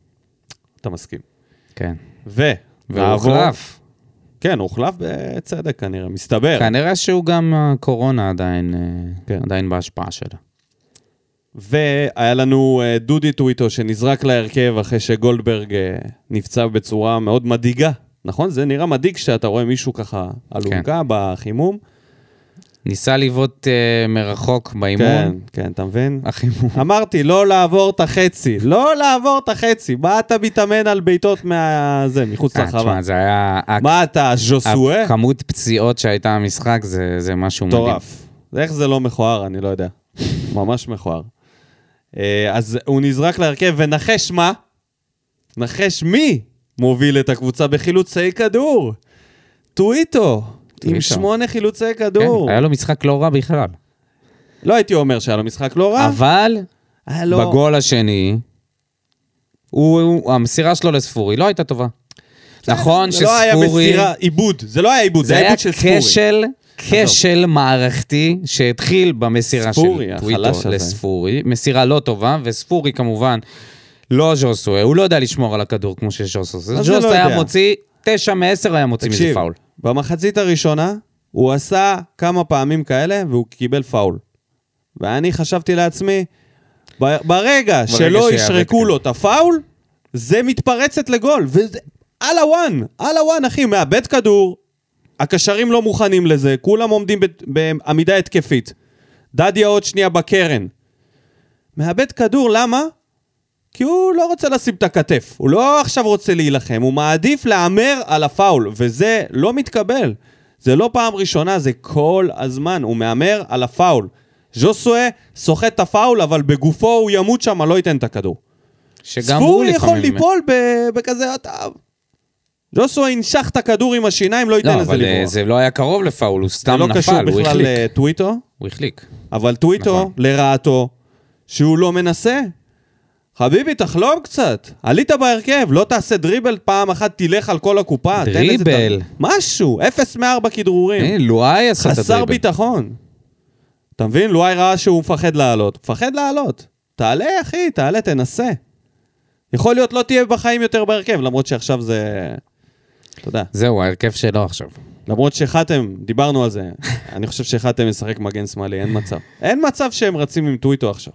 A: אתה מסכים.
B: כן.
A: ו...
B: והוא
A: נעבור-
B: הוחלף.
A: כן, הוא הוחלף בצדק כנראה, מסתבר.
B: כנראה שהוא גם הקורונה עדיין, אה,
A: כן.
B: עדיין בהשפעה שלה.
A: והיה לנו אה, דודי טוויטו שנזרק להרכב אחרי שגולדברג אה, נפצע בצורה מאוד מדאיגה. נכון? זה נראה מדאיג כשאתה רואה מישהו ככה אלונקה
B: כן.
A: בחימום.
B: ניסה לבעוט אה, מרחוק באימון.
A: כן, כן, אתה מבין?
B: החימום.
A: אמרתי, לא לעבור את החצי, לא לעבור את החצי. מה אתה מתאמן על בעיטות מה... זה, מחוץ
B: אה,
A: לחווה?
B: תשמע, זה היה... אה, הק-
A: מה אתה, ז'וסואה?
B: הכמות פציעות שהייתה במשחק זה, זה משהו מדהים.
A: מטורף. איך זה לא מכוער, אני לא יודע. ממש מכוער. אה, אז הוא נזרק להרכב, ונחש מה? נחש מי מוביל את הקבוצה בחילוצי כדור? טוויטו, עם
B: טוויטו.
A: שמונה חילוצי כדור.
B: כן, היה לו משחק לא רע בכלל.
A: לא הייתי אומר שהיה לו משחק לא רע.
B: אבל
A: היה
B: לא.
A: לו...
B: בגול השני, הוא, הוא, המסירה שלו לספורי לא הייתה טובה. נכון
A: זה לא היה
B: שספורי...
A: מסירה, עיבוד. זה לא היה עיבוד, זה
B: זה
A: היה
B: היה
A: עיבוד של ספורי.
B: כשל, כשל מערכתי שהתחיל במסירה
A: ספורי,
B: של
A: החלש
B: טוויטו
A: הזה.
B: לספורי. מסירה לא טובה, וספורי כמובן לא ז'וסווה, הוא לא יודע לשמור על הכדור כמו שז'וסווה.
A: מה
B: עושה.
A: זה לא
B: ז'וס היה
A: יודע?
B: מוציא, תשע מעשר היה מוציא מזה
A: תקשיב,
B: פאול.
A: במחצית הראשונה הוא עשה כמה פעמים כאלה והוא קיבל פאול. ואני חשבתי לעצמי, ב- ברגע שלא
B: שיאבק,
A: ישרקו
B: כן.
A: לו את הפאול, זה מתפרצת לגול. וזה על הוואן, על הוואן, אחי, מאבד כדור, הקשרים לא מוכנים לזה, כולם עומדים בת- בעמידה התקפית. דדיה עוד שנייה בקרן. מאבד כדור, למה? כי הוא לא רוצה לשים את הכתף, הוא לא עכשיו רוצה להילחם, הוא מעדיף להמר על הפאול, וזה לא מתקבל. זה לא פעם ראשונה, זה כל הזמן, הוא מהמר על הפאול. ז'וסואה סוחט את הפאול, אבל בגופו הוא ימות שם, לא ייתן את הכדור.
B: שגם הוא
A: ספורי יכול
B: לפעמים...
A: ליפול ב- בכזה... אתה- ז'וסואה ינשך את הכדור עם השיניים, לא ייתן
B: לא,
A: לזה
B: אבל אה,
A: לברוח.
B: זה לא היה קרוב לפאול, הוא
A: זה
B: סתם
A: לא קשור
B: נפל, הוא
A: בכלל
B: החליק.
A: לטוויטו,
B: הוא החליק.
A: אבל טוויטו,
B: נכון.
A: לרעתו, שהוא לא מנסה. חביבי, תחלום קצת. עלית בהרכב, לא תעשה דריבל פעם אחת, תלך על כל הקופה. תן איזה
B: דריבל.
A: ת- משהו, אפס מארבע כדרורים.
B: אה, לואי עשה את
A: חסר
B: הדריבל.
A: כן. ביטחון. אתה מבין? לואי ראה שהוא מפחד לעלות. מפחד לעלות. תעלה, אחי, תעלה, תנסה. יכול להיות לא תהיה בחיים יותר בהרכב, למרות שעכשיו זה... אתה יודע.
B: זהו, ההרכב שלו עכשיו.
A: למרות שחתם, דיברנו על זה, אני חושב שחתם ישחק מגן שמאלי, אין מצב. אין מצב שהם רצים עם טוויטו עכשיו.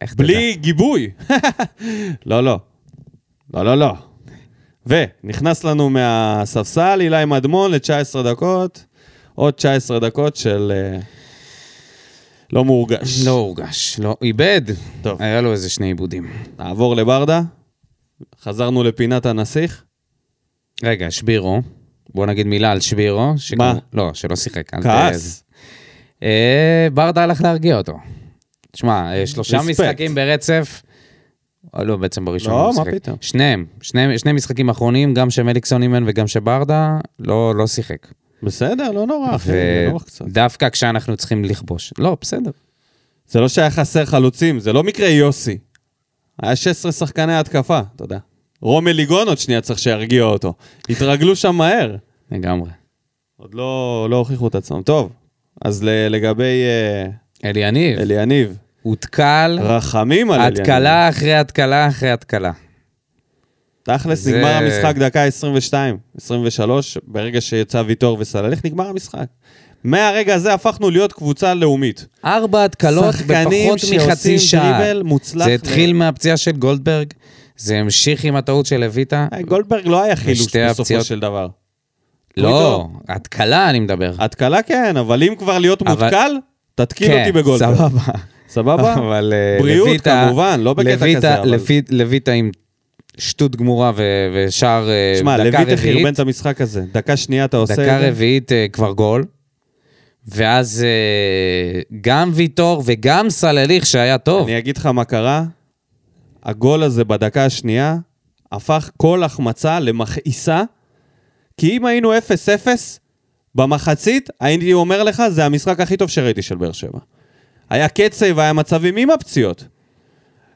B: איך תדע?
A: בלי גיבוי. לא, לא. לא, לא, לא. ונכנס לנו מהספסל אילי מדמון ל-19 דקות, עוד 19 דקות של... אה, לא מורגש.
B: לא הורגש, לא, איבד.
A: טוב.
B: היה לו איזה שני עיבודים.
A: נעבור לברדה, חזרנו לפינת הנסיך.
B: רגע, שבירו. בוא נגיד מילה על שבירו. שכמו-
A: מה?
B: לא, שלא שיחק. אל ת-
A: כעס.
B: אה, ברדה הלך להרגיע אותו. תשמע, אה, שלושה
A: Respect.
B: משחקים ברצף. אה, לא, בעצם בראשון.
A: לא,
B: הוא
A: מה
B: שיחק.
A: פתאום.
B: שניהם, שני, שני משחקים אחרונים, גם שמליקסון אימן וגם שברדה, לא, לא שיחק.
A: בסדר, לא נורא, אחי, נוח קצת.
B: ודווקא כשאנחנו צריכים לכבוש. לא, בסדר.
A: זה לא שהיה חסר חלוצים, זה לא מקרה יוסי. היה 16 שחקני התקפה, אתה יודע. רומי ליגון עוד שנייה צריך שירגיע אותו. התרגלו שם מהר.
B: לגמרי.
A: עוד לא, לא הוכיחו את עצמם. טוב, אז ל- לגבי אה,
B: אלי יניב,
A: אלי יניב,
B: הותקל,
A: רחמים על אלי יניב.
B: התקלה אחרי התקלה אחרי התקלה.
A: תכלס,
B: זה-
A: נגמר המשחק דקה 22, 23, ברגע שיצא ויטור וסלליך, נגמר המשחק. מהרגע הזה הפכנו להיות קבוצה לאומית.
B: ארבע התקלות
A: שחקנים
B: בפחות מחצי
A: שעושים
B: שעה.
A: דריבל מוצלח
B: זה
A: ל-
B: התחיל מהפציעה של גולדברג, זה המשיך עם הטעות של לויטה.
A: אה, גולדברג לא היה חילוש
B: ושתי
A: בסופו
B: הפציעות-
A: של דבר.
B: לא, התקלה אני מדבר.
A: התקלה כן, אבל אם כבר להיות
B: אבל-
A: מותקל, תתקיל
B: כן,
A: אותי בגולדברג.
B: סבבה.
A: סבבה?
B: אבל אה,
A: בריאות,
B: לויטה-
A: כמובן, לא בקטע
B: לויטה-
A: כזה, אבל-
B: לפי- לויטה עם שטות גמורה ו- ושער אה,
A: שמע,
B: דקה
A: לויטה חרבן
B: רביעית.
A: את המשחק הזה. דקה שנייה אתה עושה את
B: דקה
A: זה.
B: רביעית אה, כבר גול. ואז אה, גם ויטור וגם סלליך שהיה טוב.
A: אני אגיד לך מה קרה. הגול הזה בדקה השנייה הפך כל החמצה למכעיסה, כי אם היינו 0-0 במחצית, הייתי אומר לך, זה המשחק הכי טוב שראיתי של באר שבע. היה קצב, היה מצבים עם הפציעות.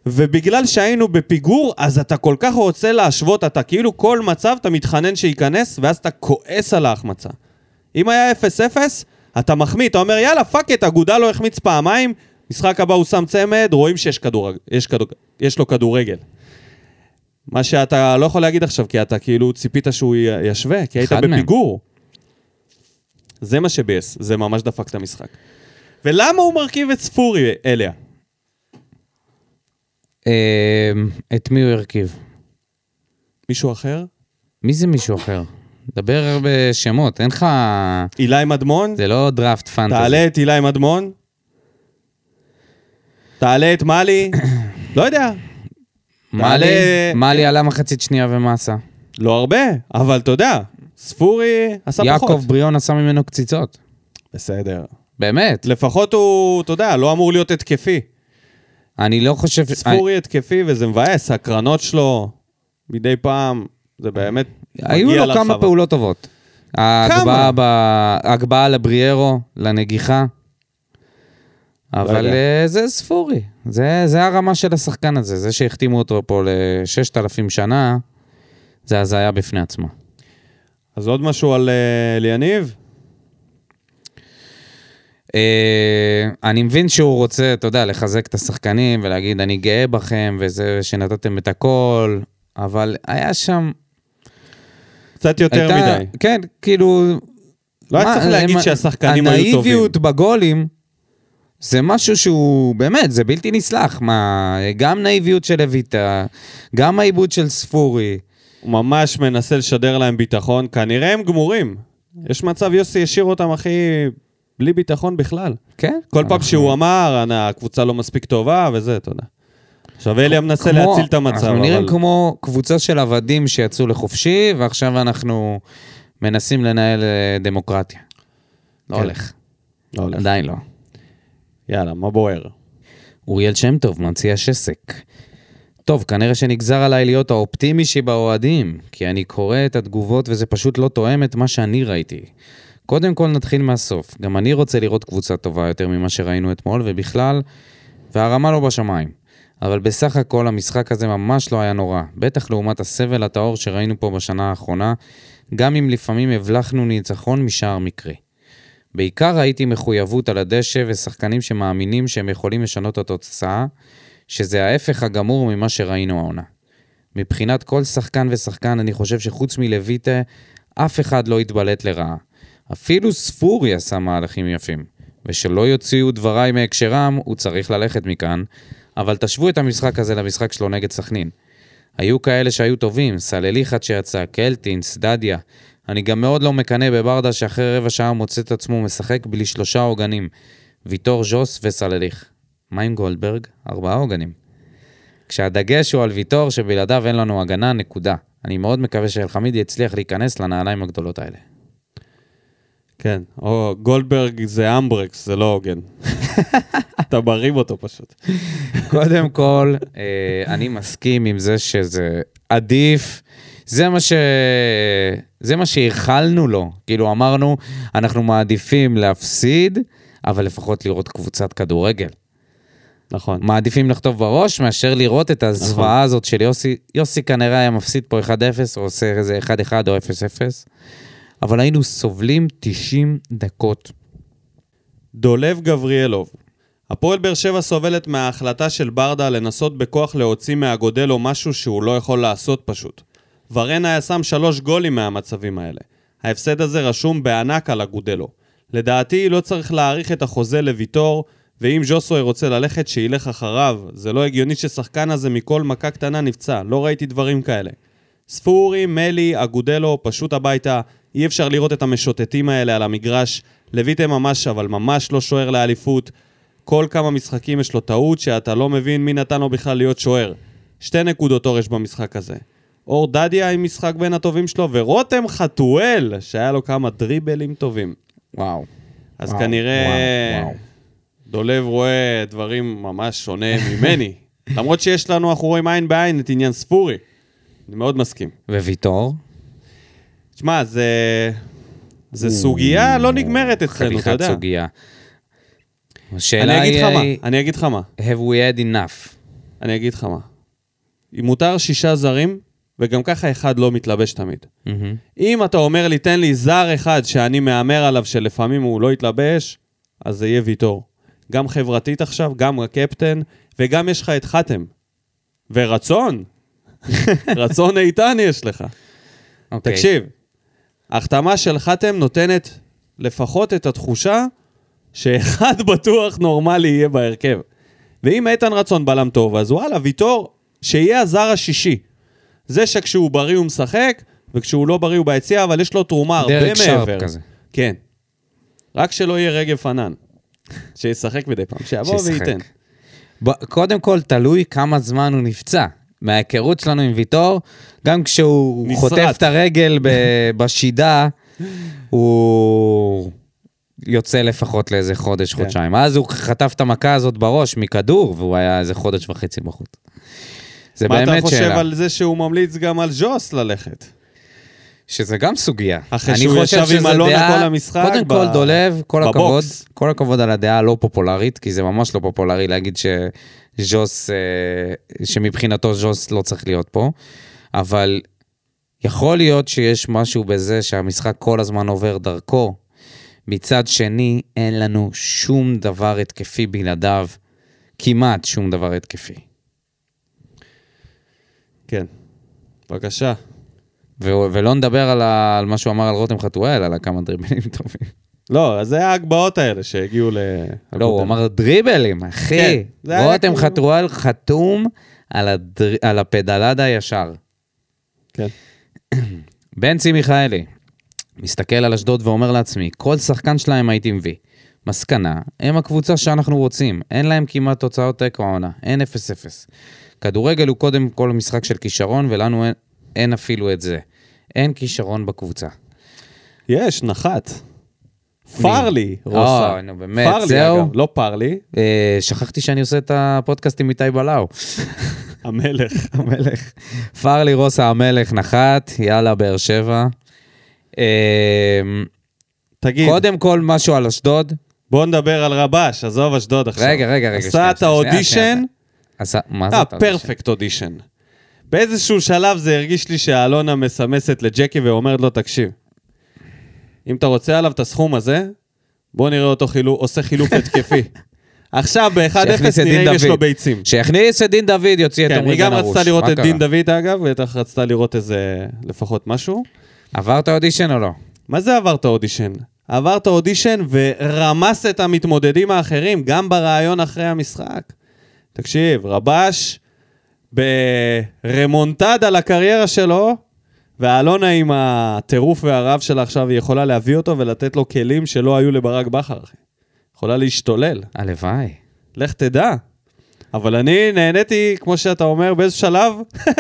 A: ובגלל שהיינו בפיגור, אז אתה כל כך רוצה להשוות, אתה כאילו כל מצב אתה מתחנן שייכנס, ואז אתה כועס על ההחמצה. אם היה 0-0, אתה מחמיא, אתה אומר, יאללה, פאק את, אגודה לא החמיץ פעמיים, משחק הבא הוא שם צמד, רואים שיש כדור, יש כדור, יש לו כדורגל. מה שאתה לא יכול להגיד עכשיו, כי אתה כאילו ציפית שהוא י- ישווה, כי היית
B: אחד מהם.
A: בפיגור. זה מה שביאס, זה ממש דפק את המשחק. ולמה הוא מרכיב את ספורי, אליה?
B: אה, את מי הוא הרכיב?
A: מישהו אחר?
B: מי זה מישהו אחר? דבר בשמות, אין לך...
A: אילי מדמון?
B: זה לא דראפט פנטזי.
A: תעלה את אילי מדמון? תעלה את מאלי? לא יודע,
B: מאלי,
A: תעלה-
B: מאלי עלה מחצית שנייה ומה עשה?
A: לא הרבה, אבל אתה יודע, ספורי עשה פחות.
B: יעקב בריאון עשה ממנו קציצות.
A: בסדר.
B: באמת.
A: לפחות הוא, אתה יודע, לא אמור להיות התקפי.
B: אני לא חושב...
A: ספורי התקפי וזה מבאס, הקרנות שלו מדי פעם, זה באמת
B: אני- היו
A: מגיע
B: לו כמה
A: לרחבה.
B: פעולות טובות. ההגבהה ב... ההגבהה לבריארו, לנגיחה. אבל
A: לא יודע.
B: אה, זה ספורי. זה, זה הרמה של השחקן הזה. זה שהחתימו אותו פה ל-6,000 שנה, זה הזיה בפני עצמה.
A: אז עוד משהו על אה, אליניב?
B: אה, אני מבין שהוא רוצה, אתה יודע, לחזק את השחקנים ולהגיד, אני גאה בכם, וזה שנתתם את הכל, אבל היה שם...
A: קצת יותר
B: הייתה-
A: מדי.
B: כן, כאילו...
A: לא היה
B: מה,
A: צריך להגיד
B: הם-
A: שהשחקנים היו טובים.
B: הנאיביות בגולים, זה משהו שהוא, באמת, זה בלתי נסלח. מה, גם נאיביות של לויטה, גם העיבוד של ספורי.
A: הוא ממש מנסה לשדר להם ביטחון, כנראה הם גמורים. יש מצב יוסי השאיר אותם, אחי, בלי ביטחון בכלל.
B: כן.
A: כל פעם
B: אנחנו-
A: שהוא אמר, "אנא, הקבוצה לא מספיק טובה, וזה, אתה יודע. עכשיו אליה מנסה
B: כמו-
A: להציל את המצב,
B: אנחנו נראים
A: אבל...
B: כמו קבוצה של עבדים שיצאו לחופשי, ועכשיו אנחנו מנסים לנהל אה, דמוקרטיה. לא
A: כן.
B: הולך,
A: לא הולך.
B: עדיין לא.
A: יאללה, מה בוער?
B: אוריאל שם טוב, מציע שסק. טוב, כנראה שנגזר עליי להיות האופטימי שבאוהדים, כי אני קורא את התגובות וזה פשוט לא תואם את מה שאני ראיתי. קודם כל נתחיל מהסוף, גם אני רוצה לראות קבוצה טובה יותר ממה שראינו אתמול, ובכלל, והרמה לא בשמיים. אבל בסך הכל המשחק הזה ממש לא היה נורא, בטח לעומת הסבל הטהור שראינו פה בשנה האחרונה, גם אם לפעמים הבלחנו ניצחון משער מקרי. בעיקר ראיתי מחויבות על הדשא ושחקנים שמאמינים שהם יכולים לשנות את התוצאה, שזה ההפך הגמור ממה שראינו העונה. מבחינת כל שחקן ושחקן, אני חושב שחוץ מלויטה, אף אחד לא התבלט לרעה. אפילו ספורי עשה מהלכים יפים, ושלא יוציאו דבריי מהקשרם, הוא צריך ללכת מכאן, אבל תשוו את המשחק הזה למשחק שלו נגד סכנין. היו כאלה שהיו טובים, סלליחת שיצא, קלטינס, דדיה. אני גם מאוד לא מקנא בברדה שאחרי רבע שעה מוצא את עצמו משחק בלי שלושה עוגנים, ויטור ז'וס וסלליך. מה עם גולדברג? ארבעה עוגנים. כשהדגש הוא על ויטור שבלעדיו אין לנו הגנה, נקודה. אני מאוד מקווה שאלחמיד יצליח להיכנס לנעליים הגדולות האלה.
A: כן, או גולדברג זה אמברקס, זה לא הוגן. אתה מרים אותו פשוט.
B: קודם כל, אה, אני מסכים עם זה שזה עדיף. זה מה ש... זה מה שהיכלנו לו. כאילו, אמרנו, אנחנו מעדיפים להפסיד, אבל לפחות לראות קבוצת כדורגל.
A: נכון.
B: מעדיפים לכתוב בראש מאשר לראות את
A: נכון.
B: הזוועה הזאת של יוסי. יוסי כנראה היה מפסיד פה 1-0, או עושה איזה 1-1 או 0-0, אבל היינו סובלים 90 דקות.
A: דולב גבריאלוב. הפועל באר שבע סובלת מההחלטה של ברדה לנסות בכוח להוציא מהגודל או משהו שהוא לא יכול לעשות פשוט. ורן היה שם שלוש גולים מהמצבים האלה. ההפסד הזה רשום בענק על הגודלו. לדעתי לא צריך להאריך את החוזה לוויטור, ואם ז'וסוי רוצה ללכת, שילך אחריו. זה לא הגיוני ששחקן הזה מכל מכה קטנה נפצע, לא ראיתי דברים כאלה. ספורי, מלי, אגודלו, פשוט הביתה. אי אפשר לראות את המשוטטים האלה על המגרש. לויטה ממש, אבל ממש לא שוער לאליפות. כל כמה משחקים יש לו טעות שאתה לא מבין מי נתן לו בכלל להיות שוער. שתי נקודות אור יש במשחק הזה. אור דדיה עם משחק בין הטובים שלו, ורותם חתואל, שהיה לו כמה דריבלים טובים.
B: וואו.
A: אז
B: וואו,
A: כנראה
B: וואו, וואו.
A: דולב רואה דברים ממש שונה ממני. למרות שיש לנו, אנחנו רואים עין בעין את עניין ספורי. אני מאוד מסכים.
B: וויטור?
A: תשמע, זה... זה סוגיה לא נגמרת אצלנו, אתה
B: Mm. חתיכת
A: יודע.
B: סוגיה. אה, השאלה
A: אני אגיד לך מה,
B: היא,
A: אני אגיד לך מה,
B: have we had enough?
A: אני אגיד לך מה. אם מותר שישה זרים, וגם ככה אחד לא מתלבש תמיד.
B: מהמם.
A: אם אתה אומר לי, תן לי זר אחד שאני מהמר עליו שלפעמים הוא לא יתלבש, אז זה יהיה ויטור. גם חברתית עכשיו, גם הקפטן, וגם יש לך את חתם. ורצון. רצון איתן יש לך.
B: אוקיי.
A: תקשיב, ההחתמה של חתם נותנת לפחות את התחושה שאחד בטוח נורמלי יהיה בהרכב. ואם איתן רצון בלם טוב, אז וואלה, ויטור, שיהיה הזר השישי. זה שכשהוא בריא הוא משחק, וכשהוא לא בריא הוא ביציע, אבל יש לו תרומה הרבה
B: דרק
A: מעבר.
B: שרפ כזה.
A: כן. רק שלא יהיה רגב פנן. שישחק מדי פעם, שיבוא
B: שישחק.
A: וייתן.
B: ב- קודם כל, תלוי כמה זמן הוא נפצע. מההיכרות שלנו עם ויטור, גם כשהוא
A: נסרט.
B: חוטף את הרגל ב- בשידה, הוא יוצא לפחות לאיזה חודש,
A: כן.
B: חודשיים. אז הוא חטף את המכה הזאת בראש מכדור, והוא היה איזה חודש וחצי בחוץ. זה
A: מה
B: באמת שאלה.
A: אתה חושב על זה שהוא ממליץ גם על ז'וס ללכת?
B: שזה גם סוגיה.
A: אחרי
B: אני
A: שהוא
B: חושב
A: ישב עם
B: שזו
A: אלונה
B: דעה-
A: כל המשחק
B: קודם
A: ב-
B: כל, דולב, כל
A: בבוקס.
B: הכבוד, כל הכבוד על הדעה הלא פופולרית, כי זה ממש לא פופולרי להגיד שז'וס, אה, שמבחינתו ז'וס לא צריך להיות פה, אבל יכול להיות שיש משהו בזה שהמשחק כל הזמן עובר דרכו. מצד שני, אין לנו שום דבר התקפי בלעדיו, כמעט שום דבר התקפי.
A: כן. בבקשה.
B: ו- ולא נדבר על, ה- על מה שהוא אמר על רותם חתואל, על הכמה דריבלים טובים.
A: לא, אז זה ההגבהות האלה שהגיעו ל...
B: לא, הוא אמר דריבלים, אחי.
A: כן, זה היה
B: רותם
A: כאילו-
B: חתואל חתום על הדר- על הפדלדה הישר.
A: כן.
B: בנצי מיכאלי, מסתכל על אשדוד ואומר לעצמי, כל שחקן שלהם הייתי מביא. מסקנה, הם הקבוצה שאנחנו רוצים, אין להם כמעט תוצאות תיקו העונה, אין 0-0. כדורגל הוא קודם כל משחק של כישרון, ולנו אין, אין אפילו את זה. אין כישרון בקבוצה.
A: יש, נחת. פרלי,
B: או,
A: רוסה.
B: אה, נו, באמת,
A: פרלי,
B: זהו.
A: אגב, לא פרלי,
B: אה, שכחתי שאני עושה את הפודקאסט עם איתי בלאו.
A: המלך.
B: המלך. פרלי רוסה המלך נחת, יאללה, באר שבע. אמ,
A: תגיד,
B: קודם כל משהו על אשדוד.
A: בוא נדבר על רבש, עזוב אשדוד עכשיו.
B: רגע, רגע, רגע. שנייה,
A: עשה את
B: שנייה, שנייה,
A: האודישן,
B: שנייה. עשה, מה זה
A: אה,
B: את האודישן?
A: פרפקט אודישן. באיזשהו שלב זה הרגיש לי שאלונה מסמסת לג'קי ואומרת לו, תקשיב, אם אתה רוצה עליו את הסכום הזה, בוא נראה אותו חילו- עושה חילוף התקפי. עכשיו
B: שיכניס
A: ב-1-0
B: את דין
A: נראה אם יש לו
B: דוד.
A: ביצים.
B: שיכניס את דין דוד, יוציא את
A: כן,
B: עמרי
A: היא
B: בן
A: גם
B: ארוש.
A: רצתה לראות
B: מה
A: את
B: קרה?
A: דין דוד, אגב, בטח רצתה לראות איזה, לפחות משהו.
B: עברת אודישן או לא?
A: מה זה עברת אודישן? עברת אודישן ורמסת את המתמודדים האחרים, גם בריאיון אחרי המשחק. תקשיב, רבש ברמונטד על הקריירה שלו, ואלונה עם הטירוף והרב שלה עכשיו, היא יכולה להביא אותו ולתת לו כלים שלא היו לברק בכר, אחי. יכולה להשתולל.
B: הלוואי.
A: לך תדע. אבל אני נהניתי, כמו שאתה אומר, באיזשהו שלב,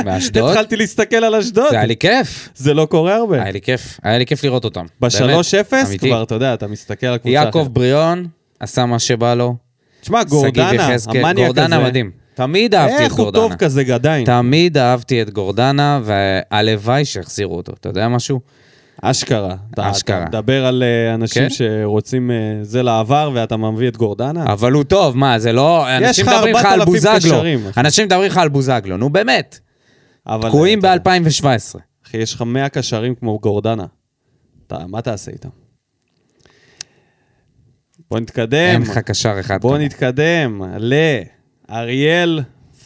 B: באשדוד?
A: התחלתי להסתכל על אשדוד.
B: זה היה לי כיף.
A: לא, זה לא קורה הרבה.
B: היה לי כיף. היה לי כיף לראות אותם.
A: ב-3-0
B: באמת,
A: כבר,
B: אמיתי.
A: אתה יודע, אתה מסתכל על קבוצה
B: יעקב בריאון עשה מה שבא לו.
A: תשמע,
B: שגיב
A: גורדנה,
B: יחזקאל.
A: המניאק הזה. אה,
B: גורדנה מדהים. תמיד אהבתי את
A: איך הוא
B: גורדנה.
A: טוב כזה גדיים?
B: תמיד אהבתי את גורדנה, והלוואי שהחזירו אותו. אתה יודע משהו?
A: אשכרה. אתה-
B: אשכרה.
A: אתה מדבר על אה, אנשים
B: כן.
A: שרוצים אה, זה לעבר, ואתה מביא את גורדנה?
B: אבל הוא טוב, מה, זה לא...
A: אה. יש
B: אנשים
A: לך
B: מדברים לך על
A: 4,000
B: בוזגלו.
A: קשרים.
B: אנשים מדברים לך על בוזגלו, נו באמת.
A: אבל, אה,
B: תקועים
A: אתה יודע,
B: ב-2017.
A: אחי, יש לך 100 קשרים כמו גורדנה. אתה, מה תעשה איתם? בוא נתקדם.
B: אין לך קשר אחד.
A: אה, בוא
B: כזה.
A: נתקדם לאריאל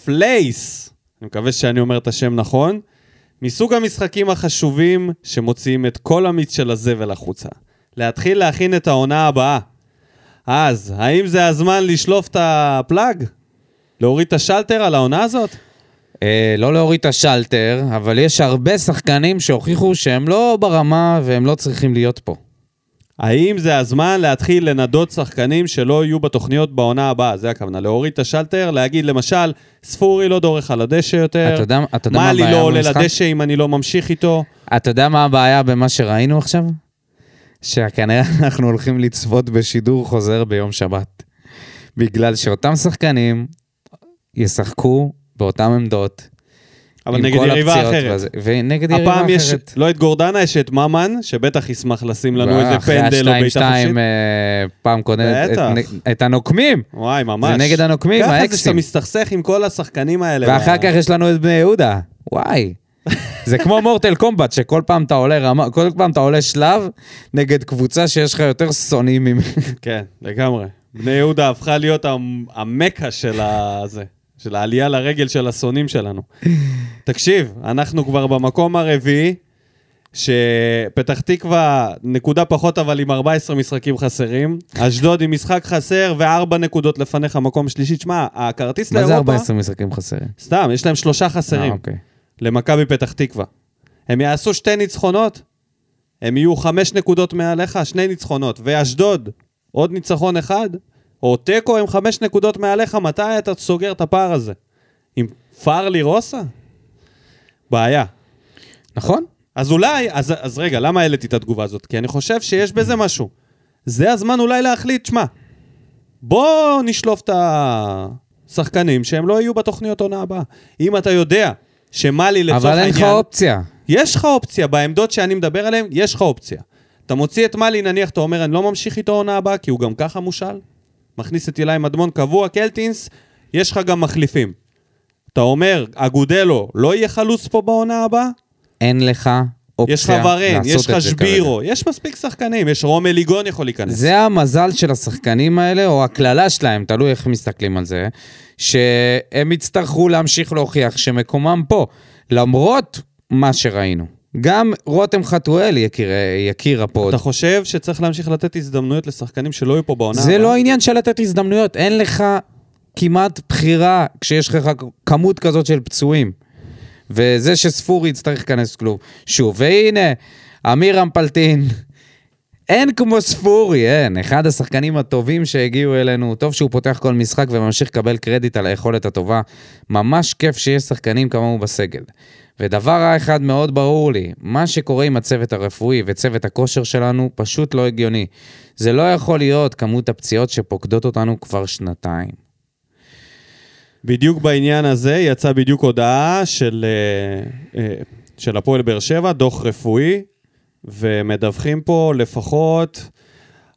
A: פלייס. אני מקווה שאני אומר את השם נכון. מסוג המשחקים החשובים שמוציאים את כל המיץ של הזבל החוצה. להתחיל להכין את העונה הבאה. אז, האם זה הזמן לשלוף את הפלאג? להוריד את השלטר על העונה הזאת?
B: אה, לא להוריד את השלטר, אבל יש הרבה שחקנים שהוכיחו שהם לא ברמה והם לא צריכים להיות פה.
A: האם זה הזמן להתחיל לנדות שחקנים שלא יהיו בתוכניות בעונה הבאה? זה הכוונה, להוריד את השלטר, להגיד למשל, ספורי לא דורך על הדשא יותר,
B: אתה יודע- אתה יודע מה
A: מאלי
B: הבעיה
A: לא עולה
B: במשחק?
A: לדשא אם אני לא ממשיך איתו.
B: אתה יודע מה הבעיה במה שראינו עכשיו? שכנראה אנחנו הולכים לצפות בשידור חוזר ביום שבת. בגלל שאותם שחקנים ישחקו באותן עמדות.
A: אבל
B: עם
A: נגד
B: כל
A: יריבה
B: הפציעות
A: אחרת.
B: וזה- ונגד יריבה אחרת.
A: הפעם יש לא את גורדנה, יש את ממן, שבטח ישמח לשים לנו איזה
B: ואחרי
A: פנדל או בעיטה
B: השתיים-שתיים,
A: חופשית.
B: אה, פעם קודמת, את-
A: בטח.
B: את הנוקמים.
A: וואי, ממש.
B: זה נגד הנוקמים,
A: ככה זה שאתה
B: האקסים.
A: מסתכסך עם כל השחקנים האלה.
B: ואחר כך יש לנו את בני יהודה, וואי. זה כמו מורטל קומבט, שכל פעם אתה עולה רמה, כל פעם אתה עולה שלב נגד קבוצה שיש לך יותר שונאים ממך.
A: כן, לגמרי. בני יהודה הפכה להיות המ- המכה של ה- זה, של העלייה לרגל של השונאים שלנו. תקשיב, אנחנו כבר במקום הרביעי, שפתח תקווה, נקודה פחות אבל עם 14 משחקים חסרים, אשדוד עם משחק חסר וארבע נקודות לפניך, מקום שלישי. תשמע, הכרטיס
B: מה
A: לאירופה...
B: זה 14 משחקים חסרים?
A: סתם, יש להם שלושה
B: אה,
A: חסרים.
B: אוקיי.
A: למכבי פתח תקווה. הם יעשו שתי ניצחונות, הם יהיו חמש נקודות מעליך, שני ניצחונות. ואשדוד, עוד ניצחון אחד, או תיקו הם חמש נקודות מעליך, מתי אתה סוגר את הפער הזה? עם פארלי רוסה? בעיה.
B: נכון?
A: אז אולי, אז, אז רגע, למה העליתי את התגובה הזאת? כי אני חושב שיש בזה משהו. זה הזמן אולי להחליט, שמע, בוא נשלוף את השחקנים שהם לא יהיו בתוכניות עונה הבאה. אם אתה יודע שמאלי לצורך
B: אבל אין
A: העניין...
B: לך אופציה.
A: יש לך אופציה, בעמדות שאני מדבר עליהן, יש לך אופציה. אתה מוציא את מאלי, נניח, אתה אומר, אני לא ממשיך איתו עונה הבאה, כי הוא גם ככה מושל. מכניס את אילי מדמון קבוע, קלטינס, יש לך גם מחליפים. אתה אומר, אגודלו, לא יהיה חלוץ פה בעונה הבאה?
B: אין לך אופציה
A: יש לך ורן,
B: לעשות
A: יש לך
B: את זה
A: שבירו, יש מספיק שחקנים, יש רום אליגון יכול
B: כרגע.
A: להיכנס.
B: זה המזל של השחקנים האלה, או הקללה שלהם, תלוי איך מסתכלים על זה, שהם יצטרכו להמשיך להוכיח שמקומם פה, למרות מה שראינו. גם רותם חתואל יקיר, יקירה פה עוד.
A: אתה חושב שצריך להמשיך לתת הזדמנויות לשחקנים שלא יהיו פה בעונה
B: זה
A: הבאה?
B: לא עניין של לתת הזדמנויות, אין לך כמעט בחירה כשיש לך כמות כזאת של פצועים. וזה שספורי יצטרך להיכנס כלום. שוב, והנה, אמיר אמפלטין. אין כמו ספורי, אין. אחד השחקנים הטובים שהגיעו אלינו. טוב שהוא פותח כל משחק וממשיך לקבל קרדיט על היכולת הטובה. ממש כיף שיש שחקנים כמוהו בסגל. ודבר אחד מאוד ברור לי, מה שקורה עם הצוות הרפואי וצוות הכושר שלנו פשוט לא הגיוני. זה לא יכול להיות כמות הפציעות שפוקדות אותנו כבר שנתיים.
A: בדיוק בעניין הזה יצאה בדיוק הודעה של, אה, אה, של הפועל באר שבע, דוח רפואי, ומדווחים פה לפחות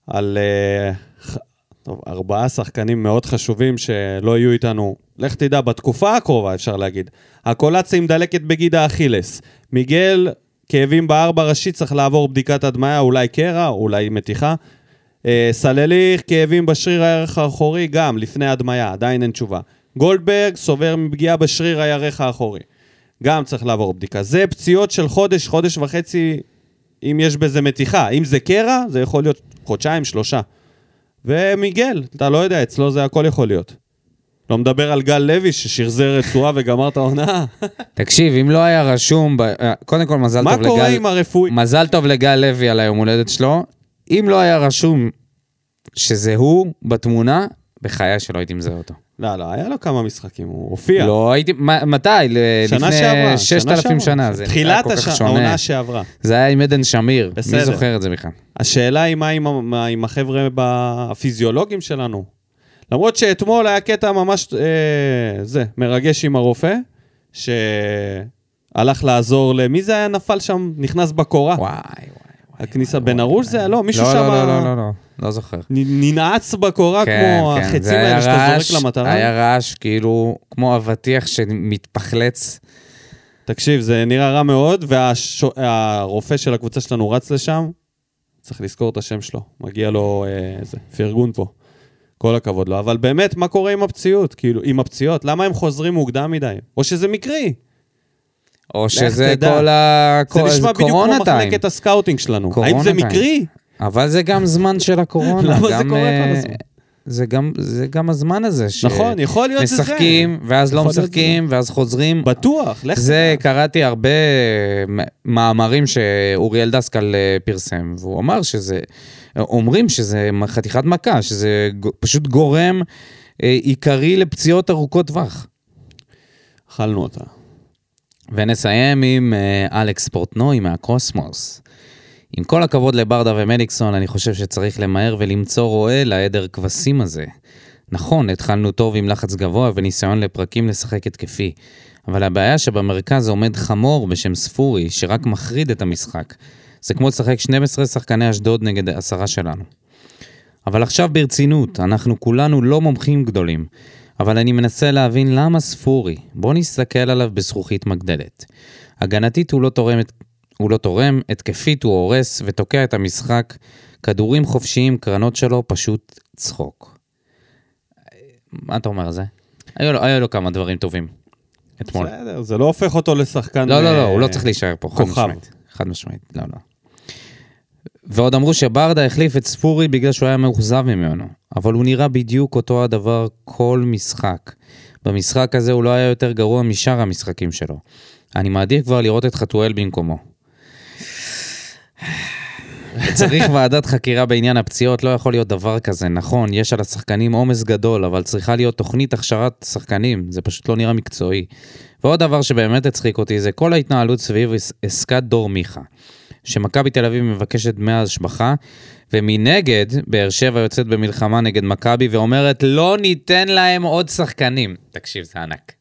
A: על אה, ח- טוב, ארבעה שחקנים מאוד חשובים שלא יהיו איתנו, לך תדע, בתקופה הקרובה אפשר להגיד. הקולציה עם דלקת בגיד האכילס, מיגל, כאבים בארבע ראשית, צריך לעבור בדיקת הדמיה, אולי קרע, אולי מתיחה. אה, סלליך, כאבים בשריר הירך האחורי, גם לפני הדמיה, עדיין אין תשובה. גולדברג סובר מפגיעה בשריר הירך האחורי. גם צריך לעבור בדיקה. זה פציעות של חודש, חודש וחצי אם יש בזה מתיחה. אם זה קרע, זה יכול להיות חודשיים, שלושה. ומיגל, אתה לא יודע, אצלו זה הכל יכול להיות. לא מדבר על גל לוי ששחזר רצועה וגמר את העונה.
B: תקשיב, אם לא היה רשום, ב... אה, קודם כל מזל
A: מה
B: טוב
A: קורה
B: לגל...
A: עם הרפואי?
B: מזל טוב לגל לוי על היום הולדת שלו. אם לא היה רשום שזה הוא בתמונה, בחיי שלא הייתי מזהה אותו.
A: לא, לא, היה לו כמה משחקים, הוא הופיע.
B: לא הייתי, מה- מתי? ל-
A: שנה
B: לפני
A: שעברה. שנה
B: 6,000
A: שעברה.
B: שנה. זה נראה
A: תחילת
B: כל כך
A: הש-
B: שונה.
A: העונה שעברה.
B: זה היה עם עדן שמיר, מי
A: בסדר.
B: זוכר את זה בכלל?
A: השאלה היא מה עם, ה- מה עם החבר'ה ב- הפיזיולוגים שלנו. למרות שאתמול היה קטע ממש, אה, זה, מרגש עם הרופא, שהלך לעזור למי זה היה נפל שם, נכנס בקורה.
B: וואי, וואי. וואי,
A: הכניסה
B: וואי,
A: בן
B: וואי,
A: ארוש
B: וואי.
A: זה היה? לא, מישהו
B: לא,
A: שם-
B: לא, לא, לא, לא, לא זוכר. כן,
A: נ- ננעץ בקורה כמו החצים
B: זה היה
A: האלה שאתה
B: רעש-
A: זורק למטרה.
B: היה רעש כאילו כמו אבטיח שמתפחלץ.
A: תקשיב, זה נראה רע מאוד, והרופא של הקבוצה שלנו רץ לשם, צריך לזכור את השם שלו, מגיע לו אה, זה, פרגון פה. כל הכבוד לו. אבל באמת, מה קורה עם הפציעות? כאילו, עם הפציעות? למה הם חוזרים מוקדם מדי? או שזה מקרי?
B: או שזה
A: תדע.
B: כל ה...
A: זה
B: כל-
A: נשמע בדיוק כמו
B: קורונה טיים.
A: מחלקת הסקאוטינג שלנו.
B: קורונה
A: האם זה
B: טיים.
A: מקרי?
B: אבל זה גם זמן של הקורונה.
A: למה זה
B: גם,
A: קורה
B: אה,
A: כל הזמן?
B: זה גם, זה גם הזמן הזה ש...
A: נכון, יכול להיות שזה.
B: משחקים, ואז לא
A: יכול להיות
B: משחקים, ואז חוזרים.
A: בטוח, לך
B: זה,
A: תדע.
B: קראתי הרבה מ- מאמרים שאוריאל דסקל אה, פרסם, והוא אמר שזה, אומרים שזה חתיכת מכה, שזה ג- פשוט גורם אה, עיקרי לפציעות ארוכות טווח.
A: אכלנו אותה.
B: ונסיים עם אה, אלכס פורטנוי מהקוסמוס. עם כל הכבוד לברדה ומליקסון, אני חושב שצריך למהר ולמצוא רועה לעדר כבשים הזה. נכון, התחלנו טוב עם לחץ גבוה וניסיון לפרקים לשחק התקפי, אבל הבעיה שבמרכז עומד חמור בשם ספורי, שרק מחריד את המשחק. זה כמו לשחק 12 שחקני אשדוד נגד עשרה שלנו. אבל עכשיו ברצינות, אנחנו כולנו לא מומחים גדולים, אבל אני מנסה להבין למה ספורי. בוא נסתכל עליו בזכוכית מגדלת. הגנתית הוא לא תורם, את- הוא לא תורם התקפית הוא הורס ותוקע את המשחק. כדורים חופשיים, קרנות שלו, פשוט צחוק. מה אתה אומר על זה? היו לו, היו לו כמה דברים טובים אתמול.
A: בסדר, זה לא הופך אותו לשחקן...
B: לא, לא, לא,
A: אה,
B: הוא לא צריך להישאר פה, חד
A: כוכב.
B: משמעית. חד משמעית, לא, לא. ועוד אמרו שברדה החליף את ספורי בגלל שהוא היה מאוכזב ממנו, אבל הוא נראה בדיוק אותו הדבר כל משחק. במשחק הזה הוא לא היה יותר גרוע משאר המשחקים שלו. אני מעדיף כבר לראות את חתואל במקומו. צריך ועדת חקירה בעניין הפציעות, לא יכול להיות דבר כזה, נכון, יש על השחקנים עומס גדול, אבל צריכה להיות תוכנית הכשרת שחקנים, זה פשוט לא נראה מקצועי. ועוד דבר שבאמת הצחיק אותי זה כל ההתנהלות סביב עס- עסקת דור מיכה, שמכבי תל אביב מבקשת דמי השבחה, ומנגד, באר שבע יוצאת במלחמה נגד מכבי ואומרת לא ניתן להם עוד שחקנים. תקשיב, זה ענק.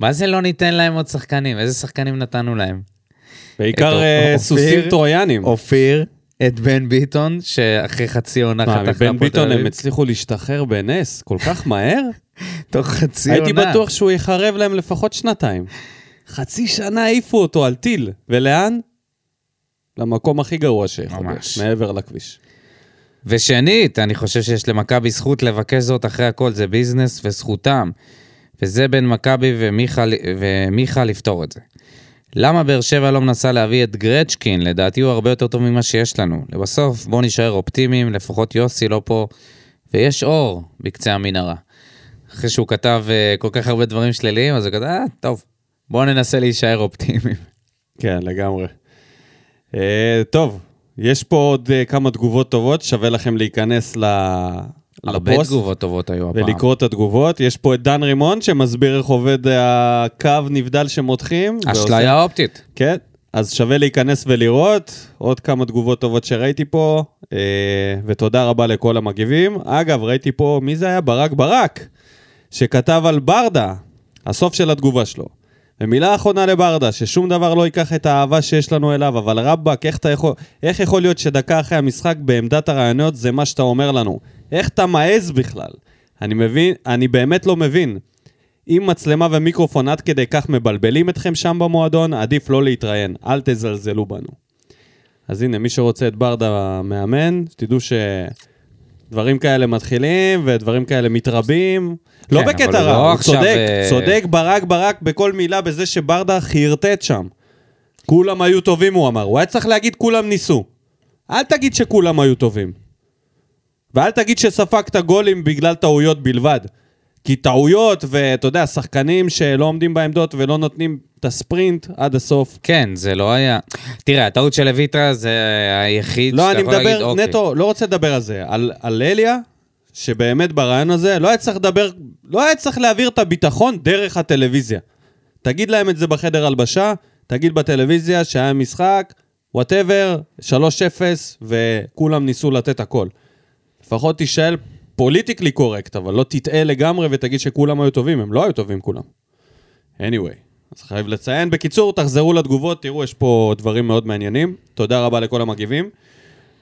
B: מה זה לא ניתן להם עוד שחקנים? איזה שחקנים נתנו להם?
A: בעיקר
B: את
A: אה,
B: אופיר-
A: סוסים טרויאנים.
B: אופיר, את בן ביטון, שאחרי חצי עונה
A: מה,
B: חתך
A: מבן ביטון הם הצליחו להשתחרר בנס כל כך מהר?
B: תוך חצי עונה.
A: הייתי בטוח שהוא יחרב להם לפחות שנתיים. חצי שנה העיפו אותו על טיל, ולאן? למקום הכי גרוע שיכול להיות,
B: ממש.
A: מעבר לכביש.
B: ושנית, אני חושב שיש למכבי זכות לבקש זאת אחרי הכל, זה ביזנס וזכותם. וזה בין מכבי ומיכה, ומיכה לפתור את זה. למה באר שבע לא מנסה להביא את גרצ'קין? לדעתי הוא הרבה יותר טוב ממה שיש לנו. לבסוף, בואו נישאר אופטימיים, לפחות יוסי לא פה, ויש אור בקצה המנהרה. אחרי שהוא כתב אה, כל כך הרבה דברים שליליים, אז הוא כתב, אה, טוב, בואו ננסה להישאר אופטימיים.
A: כן, לגמרי. אה, טוב, יש פה עוד אה, כמה תגובות טובות, שווה לכם להיכנס ל...
B: הרבה
A: לפוסט
B: תגובות טובות היו הפעם.
A: ולקרוא את התגובות. יש פה את דן רימון, שמסביר איך עובד הקו נבדל שמותחים. ועושה-
B: אשליה אופטית.
A: כן, אז שווה להיכנס ולראות. עוד כמה תגובות טובות שראיתי פה, אה, ותודה רבה לכל המגיבים. אגב, ראיתי פה, מי זה היה? ברק ברק, שכתב על ברדה, הסוף של התגובה שלו. ומילה אחרונה לברדה, ששום דבר לא ייקח את האהבה שיש לנו אליו, אבל רבאק, איך, אתה יכול- איך יכול להיות שדקה אחרי המשחק בעמדת הרעיונות זה מה שאתה אומר לנו? איך אתה מעז בכלל? אני מבין, אני באמת לא מבין. אם מצלמה ומיקרופון עד כדי כך מבלבלים אתכם שם במועדון, עדיף לא להתראיין, אל תזלזלו בנו. אז הנה, מי שרוצה את ברדה מאמן, תדעו שדברים כאלה מתחילים ודברים כאלה מתרבים. לא
B: כן, אבל
A: בקטע
B: לא
A: רע, הוא
B: עכשיו,
A: צודק,
B: אה,
A: צודק ברק ברק בכל מילה בזה שברדה חרטט שם. כולם היו טובים, הוא אמר. הוא היה צריך להגיד כולם ניסו. אל תגיד שכולם היו טובים. ואל תגיד שספגת גולים בגלל טעויות בלבד. כי טעויות, ואתה יודע, שחקנים שלא עומדים בעמדות ולא נותנים את הספרינט עד הסוף.
B: כן, זה לא היה... תראה, הטעות של לויטרה זה היחיד
A: לא,
B: שאתה
A: אני
B: יכול להגיד,
A: מדבר
B: אוקיי.
A: נטו, לא רוצה לדבר על זה. על- על אליה, שבאמת ברעיון הזה לא היה צריך לדבר, לא היה צריך להעביר את הביטחון דרך הטלוויזיה. תגיד להם את זה בחדר הלבשה, תגיד בטלוויזיה שהיה משחק, וואטאבר, 3-0, וכולם ניסו לתת הכל. לפחות תישאל פוליטיקלי קורקט, אבל לא תטעה לגמרי ותגיד שכולם היו טובים, הם לא היו טובים כולם. anyway, אז חייב לציין. בקיצור, תחזרו לתגובות, תראו, יש פה דברים מאוד מעניינים. תודה רבה לכל המגיבים.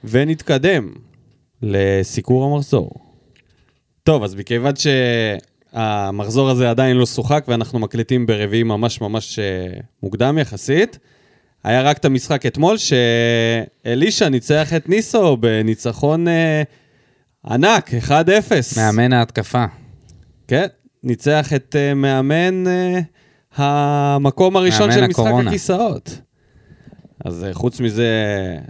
A: ונתקדם לסיקור המחזור. טוב, אז מכיוון שהמחזור הזה עדיין לא שוחק ואנחנו מקליטים ברביעי ממש ממש אה, מוקדם יחסית, היה רק את המשחק אתמול שאלישע ניצח את ניסו בניצחון אה, ענק, 1-0.
B: מאמן ההתקפה.
A: כן, ניצח את אה, מאמן אה, המקום הראשון
B: מאמן
A: של משחק
B: הקורונה.
A: הכיסאות. אז אה, חוץ מזה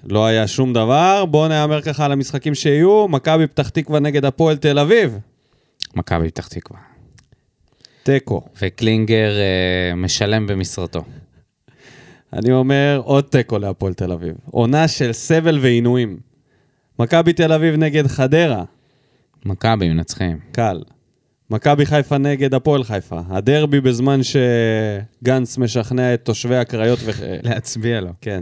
A: לא היה שום דבר. בואו נאמר ככה על המשחקים שיהיו. מכבי פתח תקווה נגד הפועל תל אביב.
B: מכבי פתח תקווה.
A: תיקו.
B: וקלינגר אה, משלם במשרתו.
A: אני אומר עוד תיקו להפועל תל אביב. עונה של סבל ועינויים. מכבי תל אביב נגד חדרה,
B: מכבי מנצחים.
A: קל. מכבי חיפה נגד הפועל חיפה. הדרבי בזמן שגנץ משכנע את תושבי הקריות ו...
B: להצביע לו.
A: כן.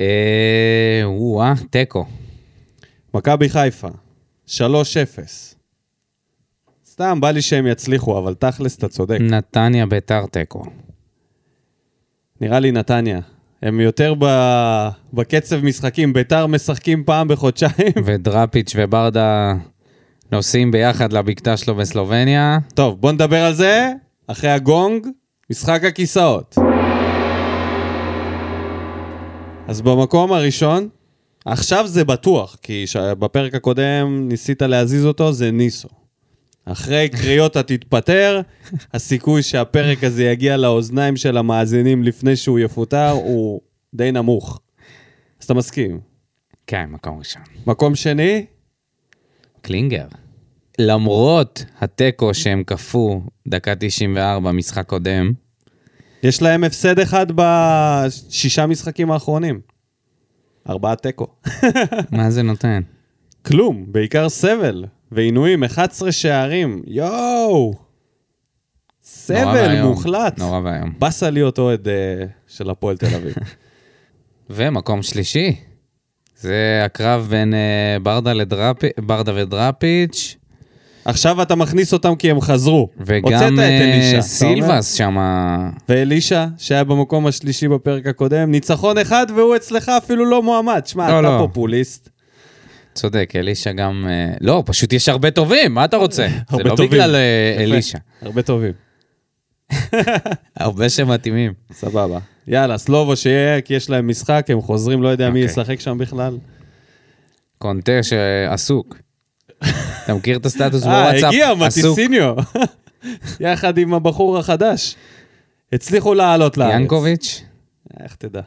B: אה... וואה, תיקו.
A: מכבי חיפה, 3-0. סתם, בא לי שהם יצליחו, אבל תכלס, אתה צודק.
B: נתניה ביתר תיקו.
A: נראה לי נתניה. הם יותר ב... בקצב משחקים, ביתר משחקים פעם בחודשיים.
B: ודראפיץ' וברדה נוסעים ביחד לבקתה שלו בסלובניה.
A: טוב, בוא נדבר על זה אחרי הגונג, משחק הכיסאות. אז במקום הראשון, עכשיו זה בטוח, כי ש- בפרק הקודם ניסית להזיז אותו, זה ניסו. אחרי קריאות התתפטר, הסיכוי שהפרק הזה יגיע לאוזניים של המאזינים לפני שהוא יפוטר הוא די נמוך. אז אתה מסכים.
B: כן, מקום ראשון.
A: מקום שני,
B: קלינגר. למרות התיקו שהם קפאו דקה 94 משחק קודם,
A: יש להם הפסד אחד בשישה משחקים האחרונים. ארבעה תיקו.
B: מה זה נותן?
A: כלום, בעיקר סבל. ועינויים, 11 שערים. יואו!
B: נורא
A: סבל
B: ואיום.
A: מוחלט.
B: נורא ואיום.
A: באסה להיות אוהד אה, של הפועל תל אביב.
B: ומקום שלישי, זה הקרב בין אה, ברדה, לדראפ... ברדה ודראפיץ',
A: עכשיו אתה מכניס אותם כי הם חזרו. הוצאת
B: וגם
A: את
B: אה,
A: אלישע. אתה אומר?
B: סילבס שם.
A: ואלישע, שהיה במקום השלישי בפרק הקודם, ניצחון אחד והוא אצלך אפילו לא מועמד. שמע,
B: לא,
A: אתה
B: לא.
A: פופוליסט.
B: צודק, אלישע גם... אה, לא, פשוט יש הרבה טובים, מה אתה רוצה? זה
A: הרבה
B: לא
A: טובים.
B: בגלל אה,
A: יפה.
B: אלישע.
A: הרבה טובים.
B: הרבה שמתאימים.
A: סבבה. יאללה, סלובו שיהיה, כי יש להם משחק, הם חוזרים, לא יודע מי
B: אוקיי.
A: ישחק שם בכלל.
B: קונטה שעסוק. אתה מכיר את הסטטוס בוואטסאפ?
A: אה, הגיע
B: עסוק.
A: מטיסיניו, יחד עם הבחור החדש. הצליחו לעלות לארץ.
B: ינקוביץ'?
A: איך תדע.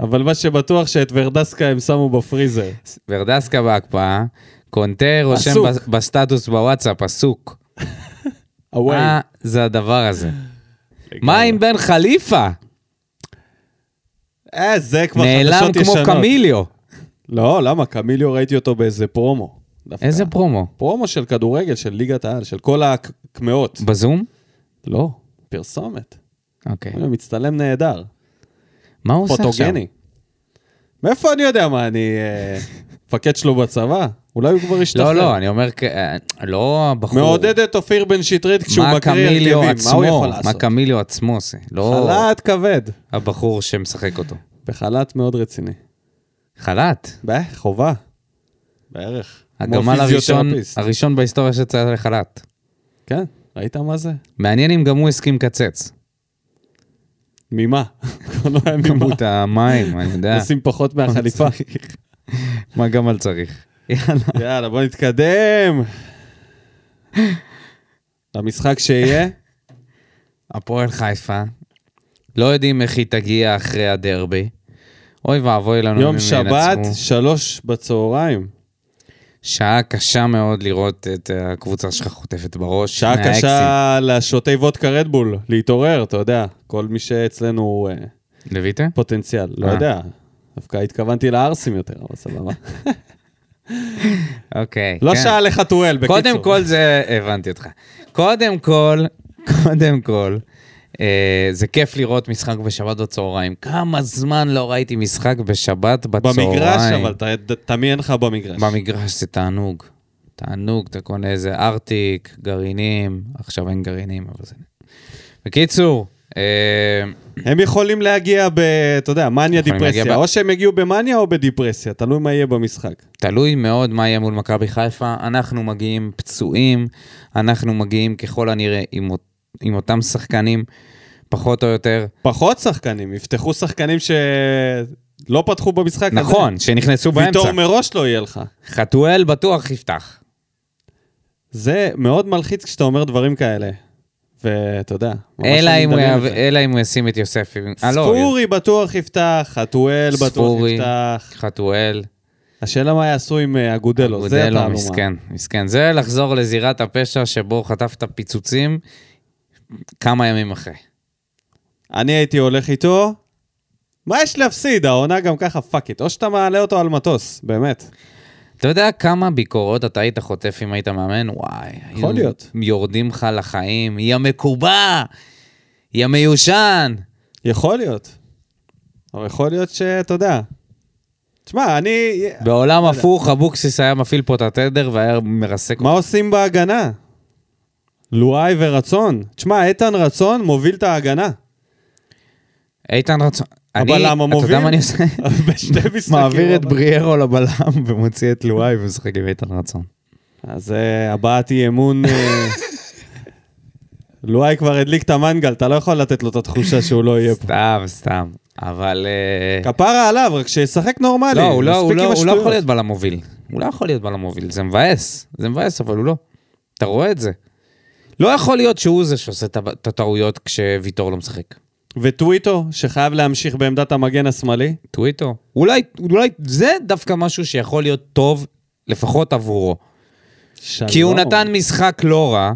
A: אבל מה שבטוח שאת ורדסקה הם שמו בפריזר.
B: ורדסקה בהקפאה, קונטה רושם
A: עסוק.
B: בס- בסטטוס בוואטסאפ, עסוק.
A: אווי.
B: מה זה הדבר הזה? אה, מה עם בן חליפה?
A: אה, זה כבר
B: נעלם
A: חדשות
B: כמו
A: ישנות.
B: קמיליו.
A: לא, למה? קמיליו ראיתי אותו באיזה פרומו. דווקא.
B: איזה פרומו?
A: פרומו של כדורגל, של ליגת העל, של כל הקמעות.
B: בזום?
A: לא, פרסומת.
B: אוקיי.
A: הוא מצטלם נהדר.
B: מה הוא עושה עכשיו?
A: פוטוגני. מאיפה אני יודע מה, אני אה, מפקד שלו בצבא? אולי הוא כבר השתחרר.
B: לא, לא, אני אומר, כ- אה, לא הבחור.
A: מעודד את אופיר בן שטרית כשהוא
B: מה
A: מקריא הרכבים,
B: קמיליו
A: מה הוא יכול
B: עצמו, מה
A: לעשות?
B: קמיליו עצמו עושה, לא
A: חל"ת כבד.
B: הבחור שמשחק אותו.
A: בחל"ת מאוד רציני.
B: חל"ת.
A: בה, חובה. בערך. כמו
B: הגמל הראשון,
A: פיזיותרפיסט.
B: הראשון בהיסטוריה שיצא לחל"ת.
A: כן, ראית מה זה?
B: מעניין אם גם הוא הסכים לקצץ.
A: ממה? לא היה ממה.
B: כמות המים, אני יודע.
A: עושים פחות מהחליפה.
B: מה גמל צריך? יאללה.
A: יאללה, בוא נתקדם. למשחק שיהיה,
B: הפועל חיפה לא יודעים איך היא תגיע אחרי הדרבי. אוי ואבוי לנו אם
A: יום
B: הם
A: שבת,
B: ינצחו.
A: שלוש בצהריים.
B: שעה קשה מאוד לראות את הקבוצה שלך חוטפת בראש.
A: שעה
B: שני האקסים.
A: קשה לשותי וודקה רדבול, להתעורר, אתה יודע. כל מי שאצלנו הוא אה,
B: לויטה?
A: פוטנציאל, לא
B: אה.
A: יודע. דווקא התכוונתי לערסים יותר, אבל סבבה.
B: אוקיי.
A: לא
B: כן.
A: שעה לחתואל, בקיצור.
B: קודם כל זה, הבנתי אותך. קודם כל, קודם כל, אה, זה כיף לראות משחק בשבת בצהריים. כמה זמן לא ראיתי משחק בשבת בצהריים.
A: במגרש, אבל ת- תמיין לך במגרש.
B: במגרש זה תענוג. תענוג, אתה קונה איזה ארטיק, גרעינים, עכשיו אין גרעינים, אבל זה... בקיצור, אה,
A: הם יכולים להגיע ב... אתה יודע, מניה
B: יכולים להגיע
A: דיפרסיה.
B: ב-
A: או שהם יגיעו במניה או בדיפרסיה, תלוי מה יהיה במשחק.
B: תלוי מאוד מה יהיה מול מכבי חיפה. אנחנו מגיעים פצועים, אנחנו מגיעים ככל הנראה עם, אות- עם אותם שחקנים, פחות או יותר.
A: פחות שחקנים, יפתחו שחקנים שלא פתחו במשחק הזה.
B: נכון, שנכנסו באמצע.
A: ויטור מראש לא יהיה לך.
B: חתואל בטוח יפתח.
A: זה מאוד מלחיץ כשאתה אומר דברים כאלה. ואתה יודע, ממש
B: אלא
A: אני
B: אם הוא
A: מדמיין
B: יעב-
A: את זה.
B: אלא אם הוא ישים את יוספי. אה, לא,
A: ספורי בטוח יפתח, חתואל בטוח
B: ספורי.
A: יפתח.
B: חתואל.
A: השאלה מה יעשו עם אה, אגודלו, זה
B: גודלו,
A: התעלומה.
B: לא, מסכן, מסכן. זה לחזור לזירת הפשע שבו חטפת פיצוצים כמה ימים אחרי.
A: אני הייתי הולך איתו, מה יש להפסיד? העונה גם ככה פאק איט. או שאתה מעלה אותו על מטוס, באמת.
B: אתה יודע כמה ביקורות אתה היית חוטף אם היית מאמן? וואי.
A: יכול
B: היו
A: להיות.
B: יורדים לך לחיים, יא מקובע, יא מיושן.
A: יכול להיות. אבל יכול להיות שאתה יודע. תשמע, אני...
B: בעולם הפוך, אבוקסיס היה מפעיל פה את התדר והיה מרסק
A: מה עושים בהגנה? לואי ורצון. תשמע, איתן רצון מוביל את ההגנה.
B: איתן רצון.
A: אבל
B: אני-
A: למה
B: אתה יודע
A: מוביל?
B: מה אני עושה?
A: בשתי משחקים.
B: מעביר את
A: אבל-
B: בריארו לבלם ומוציא את לואי ומשחק עם איתן רצון.
A: אז אה, הבעת אי אמון... אה, לואי כבר הדליק את המנגל, אתה לא יכול לתת לו את התחושה שהוא לא יהיה פה.
B: סתם, סתם. אבל... אה,
A: כפרה עליו, רק שישחק נורמלי.
B: לא, הוא לא, הוא
A: מספיק
B: לא,
A: עם
B: הוא לא
A: השטויות.
B: יכול להיות בלם מוביל. הוא לא יכול להיות בלם מוביל, זה מבאס. זה מבאס, אבל הוא לא. אתה רואה את זה. לא יכול להיות שהוא זה שעושה את הב- את הטעויות כשוויטור לא משחק.
A: וטוויטו, שחייב להמשיך בעמדת המגן השמאלי.
B: טוויטו. אולי, אולי זה דווקא משהו שיכול להיות טוב, לפחות עבורו. כי הוא
A: שלום.
B: נתן משחק לא רע,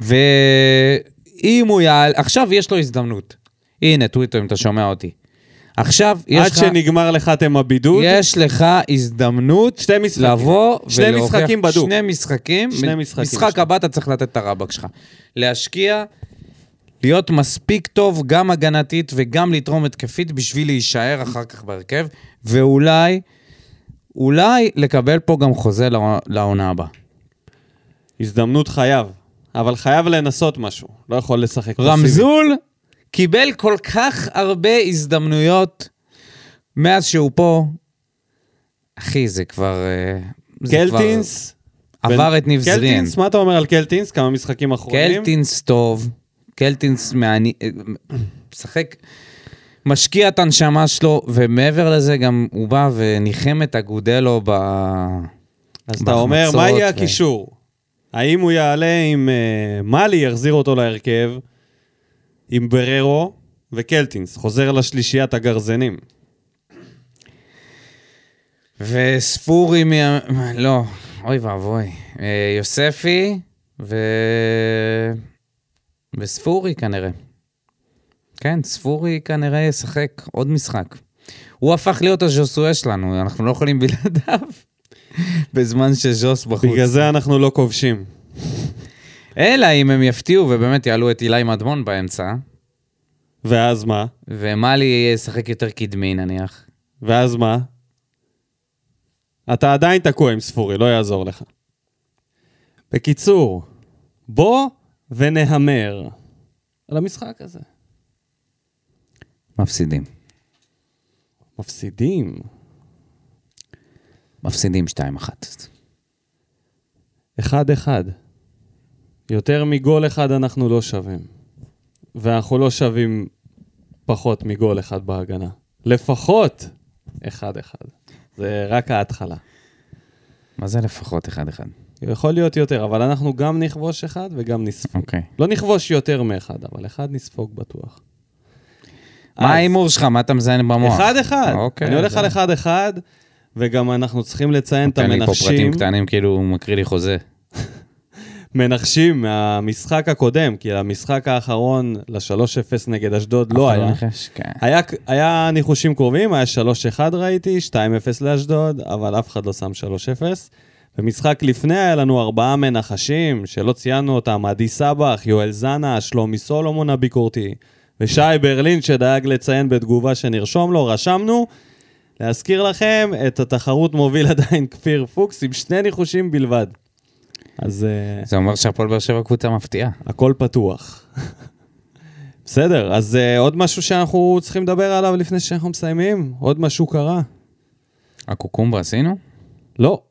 B: ואם הוא יעל... עכשיו יש לו הזדמנות. הנה, טוויטו, אם אתה שומע אותי. עכשיו יש
A: עד
B: לך...
A: שנגמר לך אתם הבידוד,
B: יש לך הזדמנות
A: שתי משחקים.
B: לבוא
A: שני
B: ולהוכיח-
A: משחקים בדוק.
B: שני משחקים.
A: שני משחקים.
B: משחק הבא אתה צריך לתת את הרבק שלך. להשקיע, להיות מספיק טוב גם הגנתית וגם לתרום התקפית בשביל להישאר אחר כך בהרכב, ואולי, אולי לקבל פה גם חוזה לעונה- לעונה הבאה.
A: הזדמנות חייב. אבל חייב לנסות משהו, לא יכול לשחק פסיבי.
B: רמזול קיבל כל כך הרבה הזדמנויות מאז שהוא פה. אחי, זה כבר... אה, זה כבר-
A: קלטינס.
B: עבר
A: בן-
B: את ניב זריאן.
A: קלטינס, מה אתה אומר על קלטינס? כמה משחקים אחרונים?
B: קלטינס טוב, קלטינס מעני... משחק, משקיע את הנשמה שלו, ומעבר לזה גם הוא בא וניחם את אגודלו ב...
A: אז אתה אומר, מה יהיה
B: בהחמצות ו-
A: הקישור? האם הוא יעלה עם אה, מאלי, יחזיר אותו להרכב, עם בררו וקלטינס, חוזר לשלישיית הגרזנים.
B: וספורי מ... לא, אוי ואבוי. אה, יוספי ו... וספורי כנראה. כן, ספורי כנראה ישחק עוד משחק. הוא הפך להיות הז'וסואה שלנו, אנחנו לא יכולים בלעדיו. בזמן שז'וס בחוץ.
A: בגלל זה אנחנו לא כובשים.
B: אלא אם הם יפתיעו ובאמת יעלו את אילי מדמון באמצע,
A: ואז מה?
B: ומאלי ישחק יותר קדמי נניח.
A: ואז מה? אתה עדיין תקוע עם ספורי, לא יעזור לך. בקיצור, בוא ונהמר על המשחק הזה.
B: מפסידים.
A: מפסידים.
B: מפסידים 2-1.
A: אחד-אחד. יותר מגול אחד אנחנו לא שווים. ואנחנו לא שווים פחות מגול אחד בהגנה. לפחות אחד-אחד. זה רק ההתחלה.
B: מה זה לפחות 1-1?
A: יכול להיות יותר, אבל אנחנו גם נכבוש אחד וגם נספוג.
B: אוקיי.
A: לא נכבוש יותר מאחד, אבל אחד נספוג בטוח.
B: מה ההימור שלך? מה אתה מזיין במוח?
A: אחד-אחד.
B: אוקיי.
A: אני הולך
B: זה-
A: על אחד-אחד, וגם אנחנו צריכים לציין את
B: תן לי אוקיי, פה פרטים
A: המנחשים.
B: קטנים, כאילו הוא מקריא לי
A: לא
B: חוזה.
A: מנחשים מהמשחק הקודם, כי המשחק האחרון ל-3-0 נגד אשדוד לא
B: אף אחד
A: היה.
B: ניחש, כן.
A: היה, היה ניחושים קרובים, היה 3-1 ראיתי, 2-0 לאשדוד, אבל אף אחד לא שם 3-0. במשחק לפני היה לנו ארבעה מנחשים, שלא ציינו אותם, עדי סבח, יואל זנה, שלומי סולומון הביקורתי, ושי ברלין שדאג לציין בתגובה שנרשום לו, רשמנו. להזכיר לכם, את התחרות מוביל עדיין כפיר פוקס עם שני ניחושים בלבד. אז אה,
B: זה אומר שהפועל באר שבע קבוצה מפתיעה.
A: הכל פתוח. בסדר, אז uh, עוד משהו שאנחנו צריכים לדבר עליו לפני שאנחנו מסיימים? עוד משהו קרה?
B: הקוקומבה עשינו?
A: לא.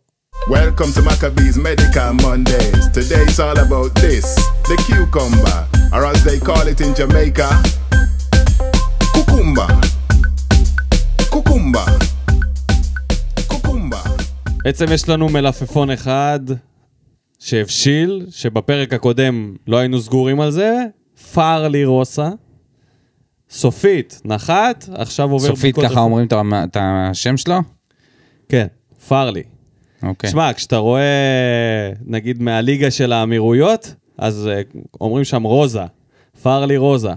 D: Welcome to Maccabees Medical Mondays. Today's all about this the cucumber, or as they call it in Jamaica, cucumba. Cucumba. Cucumba.
A: בעצם יש לנו מלפפון אחד שהבשיל, שבפרק הקודם לא היינו סגורים על זה, פארלי רוסה. סופית, נחת, עכשיו עובר...
B: סופית
A: בדיקות
B: ככה
A: רפואיות.
B: אומרים את ה- את השם שלו?
A: כן, פארלי.
B: אוקיי.
A: שמע, כשאתה רואה, נגיד, מהליגה של האמירויות, אז אה, אומרים שם רוזה, פארלי רוזה.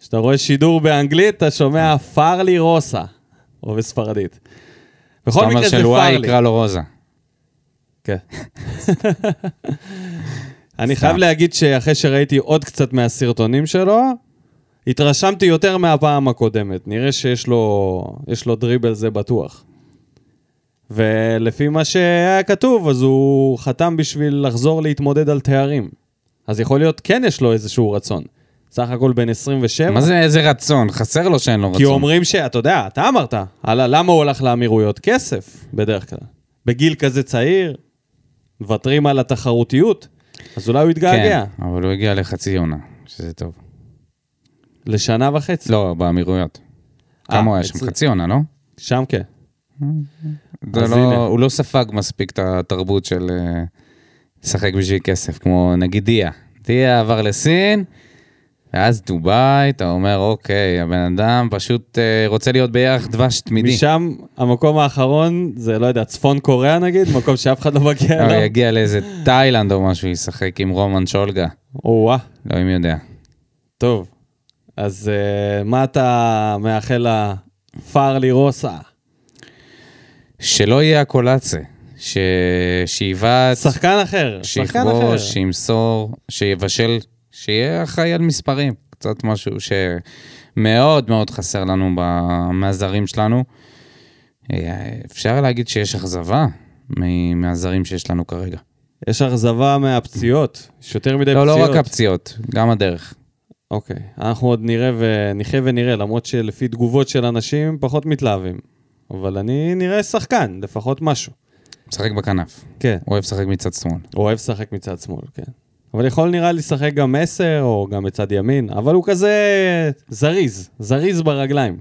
A: כשאתה רואה שידור באנגלית, אתה שומע פארלי רוסה, או בספרדית.
B: אתה
A: בכל
B: אומר
A: מקרה זה
B: שלוואי
A: פארלי.
B: יקרא לו רוזה.
A: כן. אני
B: סתם.
A: חייב להגיד שאחרי שראיתי עוד קצת מהסרטונים שלו, התרשמתי יותר מהפעם הקודמת. נראה שיש לו, יש לו דריבל זה בטוח. ולפי מה שהיה כתוב, אז הוא חתם בשביל לחזור להתמודד על תארים. אז יכול להיות כן יש לו איזשהו רצון. סך הכל בן 27.
B: מה זה איזה רצון? חסר לו שאין לו רצון.
A: כן. כי אומרים ש... אתה יודע, אתה אמרת, הלאה, למה הוא הלך לאמירויות? כסף, בדרך כלל. בגיל כזה צעיר, מוותרים על התחרותיות, אז אולי הוא יתגעגע.
B: כן, אבל הוא הגיע לחצי עונה, שזה טוב.
A: לשנה וחצי.
B: לא, באמירויות.
A: אה,
B: כמה הוא היה שם?
A: אצל-
B: חצי עונה, לא?
A: שם כן.
B: זה
A: אז
B: לא-
A: הנה.
B: הוא לא ספג מספיק את התרבות של אה, לשחק בשביל כסף, כמו נגיד דיה. דיה עבר לסין, ואז דובאי, אתה אומר, אוקיי, הבן אדם פשוט אה, רוצה להיות בירח דבש תמידי.
A: משם, המקום האחרון, זה לא יודע, צפון קוריאה נגיד, מקום שאף אחד לא מגיע
B: הוא
A: אליו.
B: יגיע לאיזה תאילנד או משהו, ישחק עם רומן שולגה,
A: או-אה,
B: אלוהים יודע.
A: טוב. אז אה, מה אתה מאחל לפארלי רוסה?
B: שלא יהיה הקולאצה, ש... שיבעט,
A: שחקן אחר, שחקן אחר.
B: שיכבוש, שימסור, שיבשל, שיהיה אחראי על מספרים. קצת משהו שמאוד מאוד חסר לנו ב- מהזרים שלנו. אה, אפשר להגיד שיש אכזבה מ- מהזרים שיש לנו כרגע.
A: יש אכזבה מהפציעות, יש יותר מדי
B: לא,
A: פציעות.
B: לא רק הפציעות, גם הדרך.
A: אוקיי, אנחנו עוד נראה ונחיה ונראה, למרות שלפי תגובות של אנשים פחות מתלהבים. אבל אני נראה שחקן, לפחות משהו.
B: משחק בכנף,
A: כן.
B: אוהב לשחק מצד שמאל.
A: אוהב לשחק מצד שמאל, כן. אבל יכול נראה לי לשחק גם 10 או גם מצד ימין, אבל הוא כזה זריז, זריז ברגליים.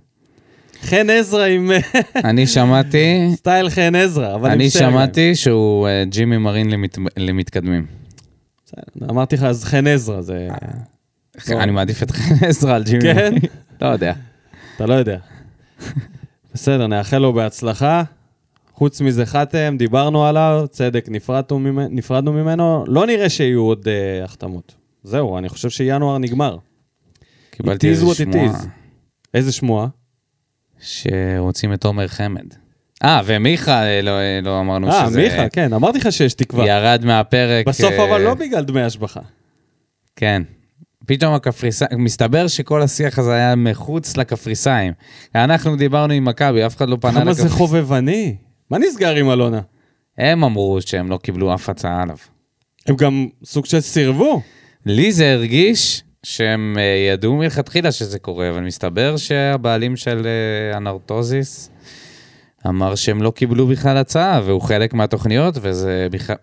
A: חן עזרא עם
B: אני שמעתי,
A: סטייל חן עזרא, אבל עם
B: אני
A: שתי רגליים.
B: שמעתי שהוא אה, ג'ימי מרין למת, למתקדמים.
A: בסדר, אמרתי לך, אז חן עזרא, זה... טוב.
B: אני מעדיף את חן עזרא על ג'ימי
A: נכון. כן?
B: מרין. לא יודע.
A: אתה לא יודע. בסדר, נאחל לו בהצלחה. חוץ מזה חתם, דיברנו עליו, צדק, נפרדנו ממנו, נפרדנו ממנו. לא נראה שיהיו עוד אה, החתמות. זהו, אני חושב שינואר נגמר.
B: קיבלתי
A: is
B: איזה
A: what it
B: שמועה
A: is. איזה שמועה?
B: שרוצים את עומר חמד. אה, ומיכה, אה, לא, אה, לא אמרנו
A: אה,
B: שזה...
A: מיכה, כן, אמרתי לך שיש תקווה.
B: ירד מהפרק.
A: בסוף
B: אה,
A: אבל לא בגלל דמי השבחה.
B: כן. פתאום הקפריסאים, מסתבר שכל השיח הזה היה מחוץ לקפריסאים. אנחנו דיברנו עם מכבי, אף אחד לא פנה
A: כמה זה
B: לקפריסאים.
A: חובבני? מה נסגר עם אלונה?
B: הם אמרו שהם לא קיבלו אף הצעה עליו.
A: הם גם סוג של סירבו.
B: לי זה הרגיש שהם אה, ידעו מלכתחילה שזה קורה, אבל מסתבר שהבעלים של אה, הנרטוזיס אמר שהם לא קיבלו בכלל הצעה, והוא חלק מהתוכניות, וזה בכלל...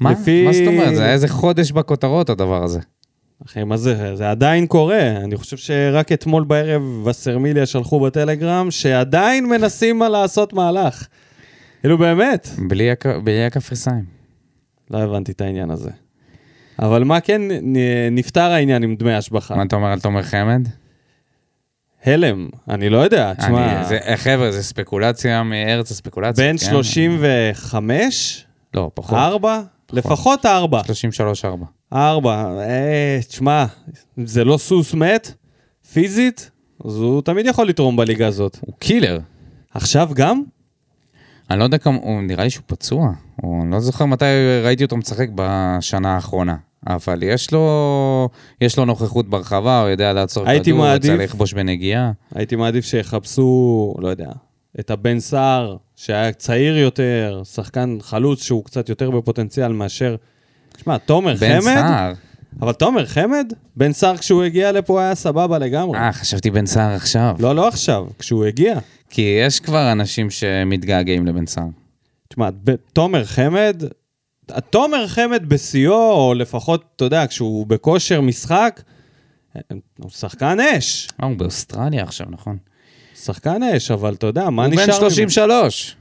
B: מה?
A: לפי-
B: מה זאת אומרת? זה היה איזה חודש בכותרות הדבר הזה.
A: אחי, מה זה, זה עדיין קורה. אני חושב שרק אתמול בערב וסרמיליה שלחו בטלגרם שעדיין מנסים מה לעשות מהלך. כאילו באמת,
B: בלי, הק... בלי הקפריסאים.
A: לא הבנתי את העניין הזה. אבל מה כן, נ- נפתר העניין עם דמי השבחה.
B: מה אתה אומר על תומר חמד?
A: הלם, אני לא יודע, תשמע,
B: אני- זה- אה, חבר'ה, זה ספקולציה מארץ הספקולציה.
A: בין 35,
B: לא, פחות.
A: 4, לפחות 4.
B: 33-4.
A: 4, אה, תשמע, אם זה לא סוס מת, פיזית, אז הוא תמיד יכול לתרום בליגה הזאת.
B: הוא קילר.
A: עכשיו גם?
B: אני לא יודע כמה, הוא נראה לי שהוא פצוע. הוא, אני לא זוכר מתי ראיתי אותו משחק בשנה האחרונה. אבל יש לו, יש לו נוכחות ברחבה, הוא יודע לעצור
A: הייתי
B: כדור, הוא יצא
A: מעדיף-
B: לכבוש בנגיעה.
A: הייתי מעדיף שיחפשו, לא יודע, את הבן סער, שהיה צעיר יותר, שחקן חלוץ שהוא קצת יותר בפוטנציאל מאשר... תשמע, תומר
B: בן
A: חמד,
B: סער.
A: אבל תומר חמד, בן סער כשהוא הגיע לפה היה סבבה לגמרי.
B: אה, חשבתי בן סער עכשיו.
A: לא, לא עכשיו, כשהוא הגיע.
B: כי יש כבר אנשים שמתגעגעים לבן סער.
A: תשמע, ב- תומר חמד, תומר חמד בשיאו, או לפחות, אתה יודע, כשהוא בכושר משחק, אה, הוא שחקן אש.
B: אה, הוא באוסטרליה עכשיו, נכון?
A: שחקן אש, אבל אתה יודע, מה
B: הוא
A: נשאר?
B: בן
A: ממנו?
B: 33.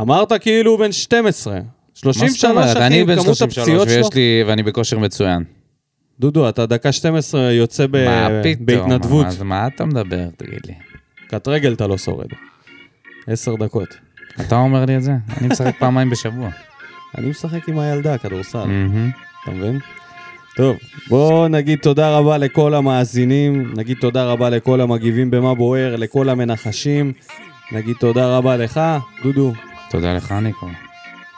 A: אמרת כאילו הוא בן 12.
B: מה זאת
A: 33,
B: אומרת?
A: אחי,
B: אני
A: עם
B: בן
A: כמות
B: 33
A: הפציעות שלו.
B: ויש לי, ואני בכושר מצוין.
A: דודו, אתה דקה 12 יוצא ב...
B: מה פתאום?
A: אה, בהתנדבות.
B: אז מה אתה מדבר, תגיד לי?
A: קט רגל אתה לא שורד. עשר דקות.
B: אתה אומר לי את זה? אני משחק פעמיים בשבוע.
A: אני משחק עם הילדה, כדורסל.
B: מהמם.
A: אתה מבין? טוב, בואו נגיד תודה רבה לכל המאזינים, נגיד תודה רבה לכל המגיבים במה בוער, לכל המנחשים, נגיד תודה רבה לך, דודו,
B: תודה לך, ניקו.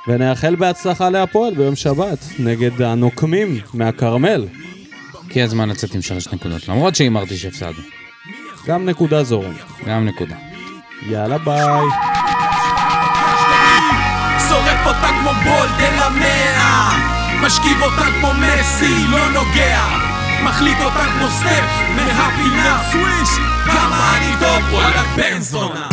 A: ונאחל בהצלחה להפועל ביום שבת נגד הנוקמים מהכרמל,
B: כי הזמן לצאת עם שלוש נקודות, למרות שהימרתי שהפסדנו.
A: גם נקודה זורם.
B: גם נקודה.
A: יאללה ביי.
E: שורף אותה כמו בולדן המאה משכיב אותה כמו מסי, לא נוגע מחליט אותה כמו סטף מהפינה סוויש כמה אני טוב, וואלה בן זונה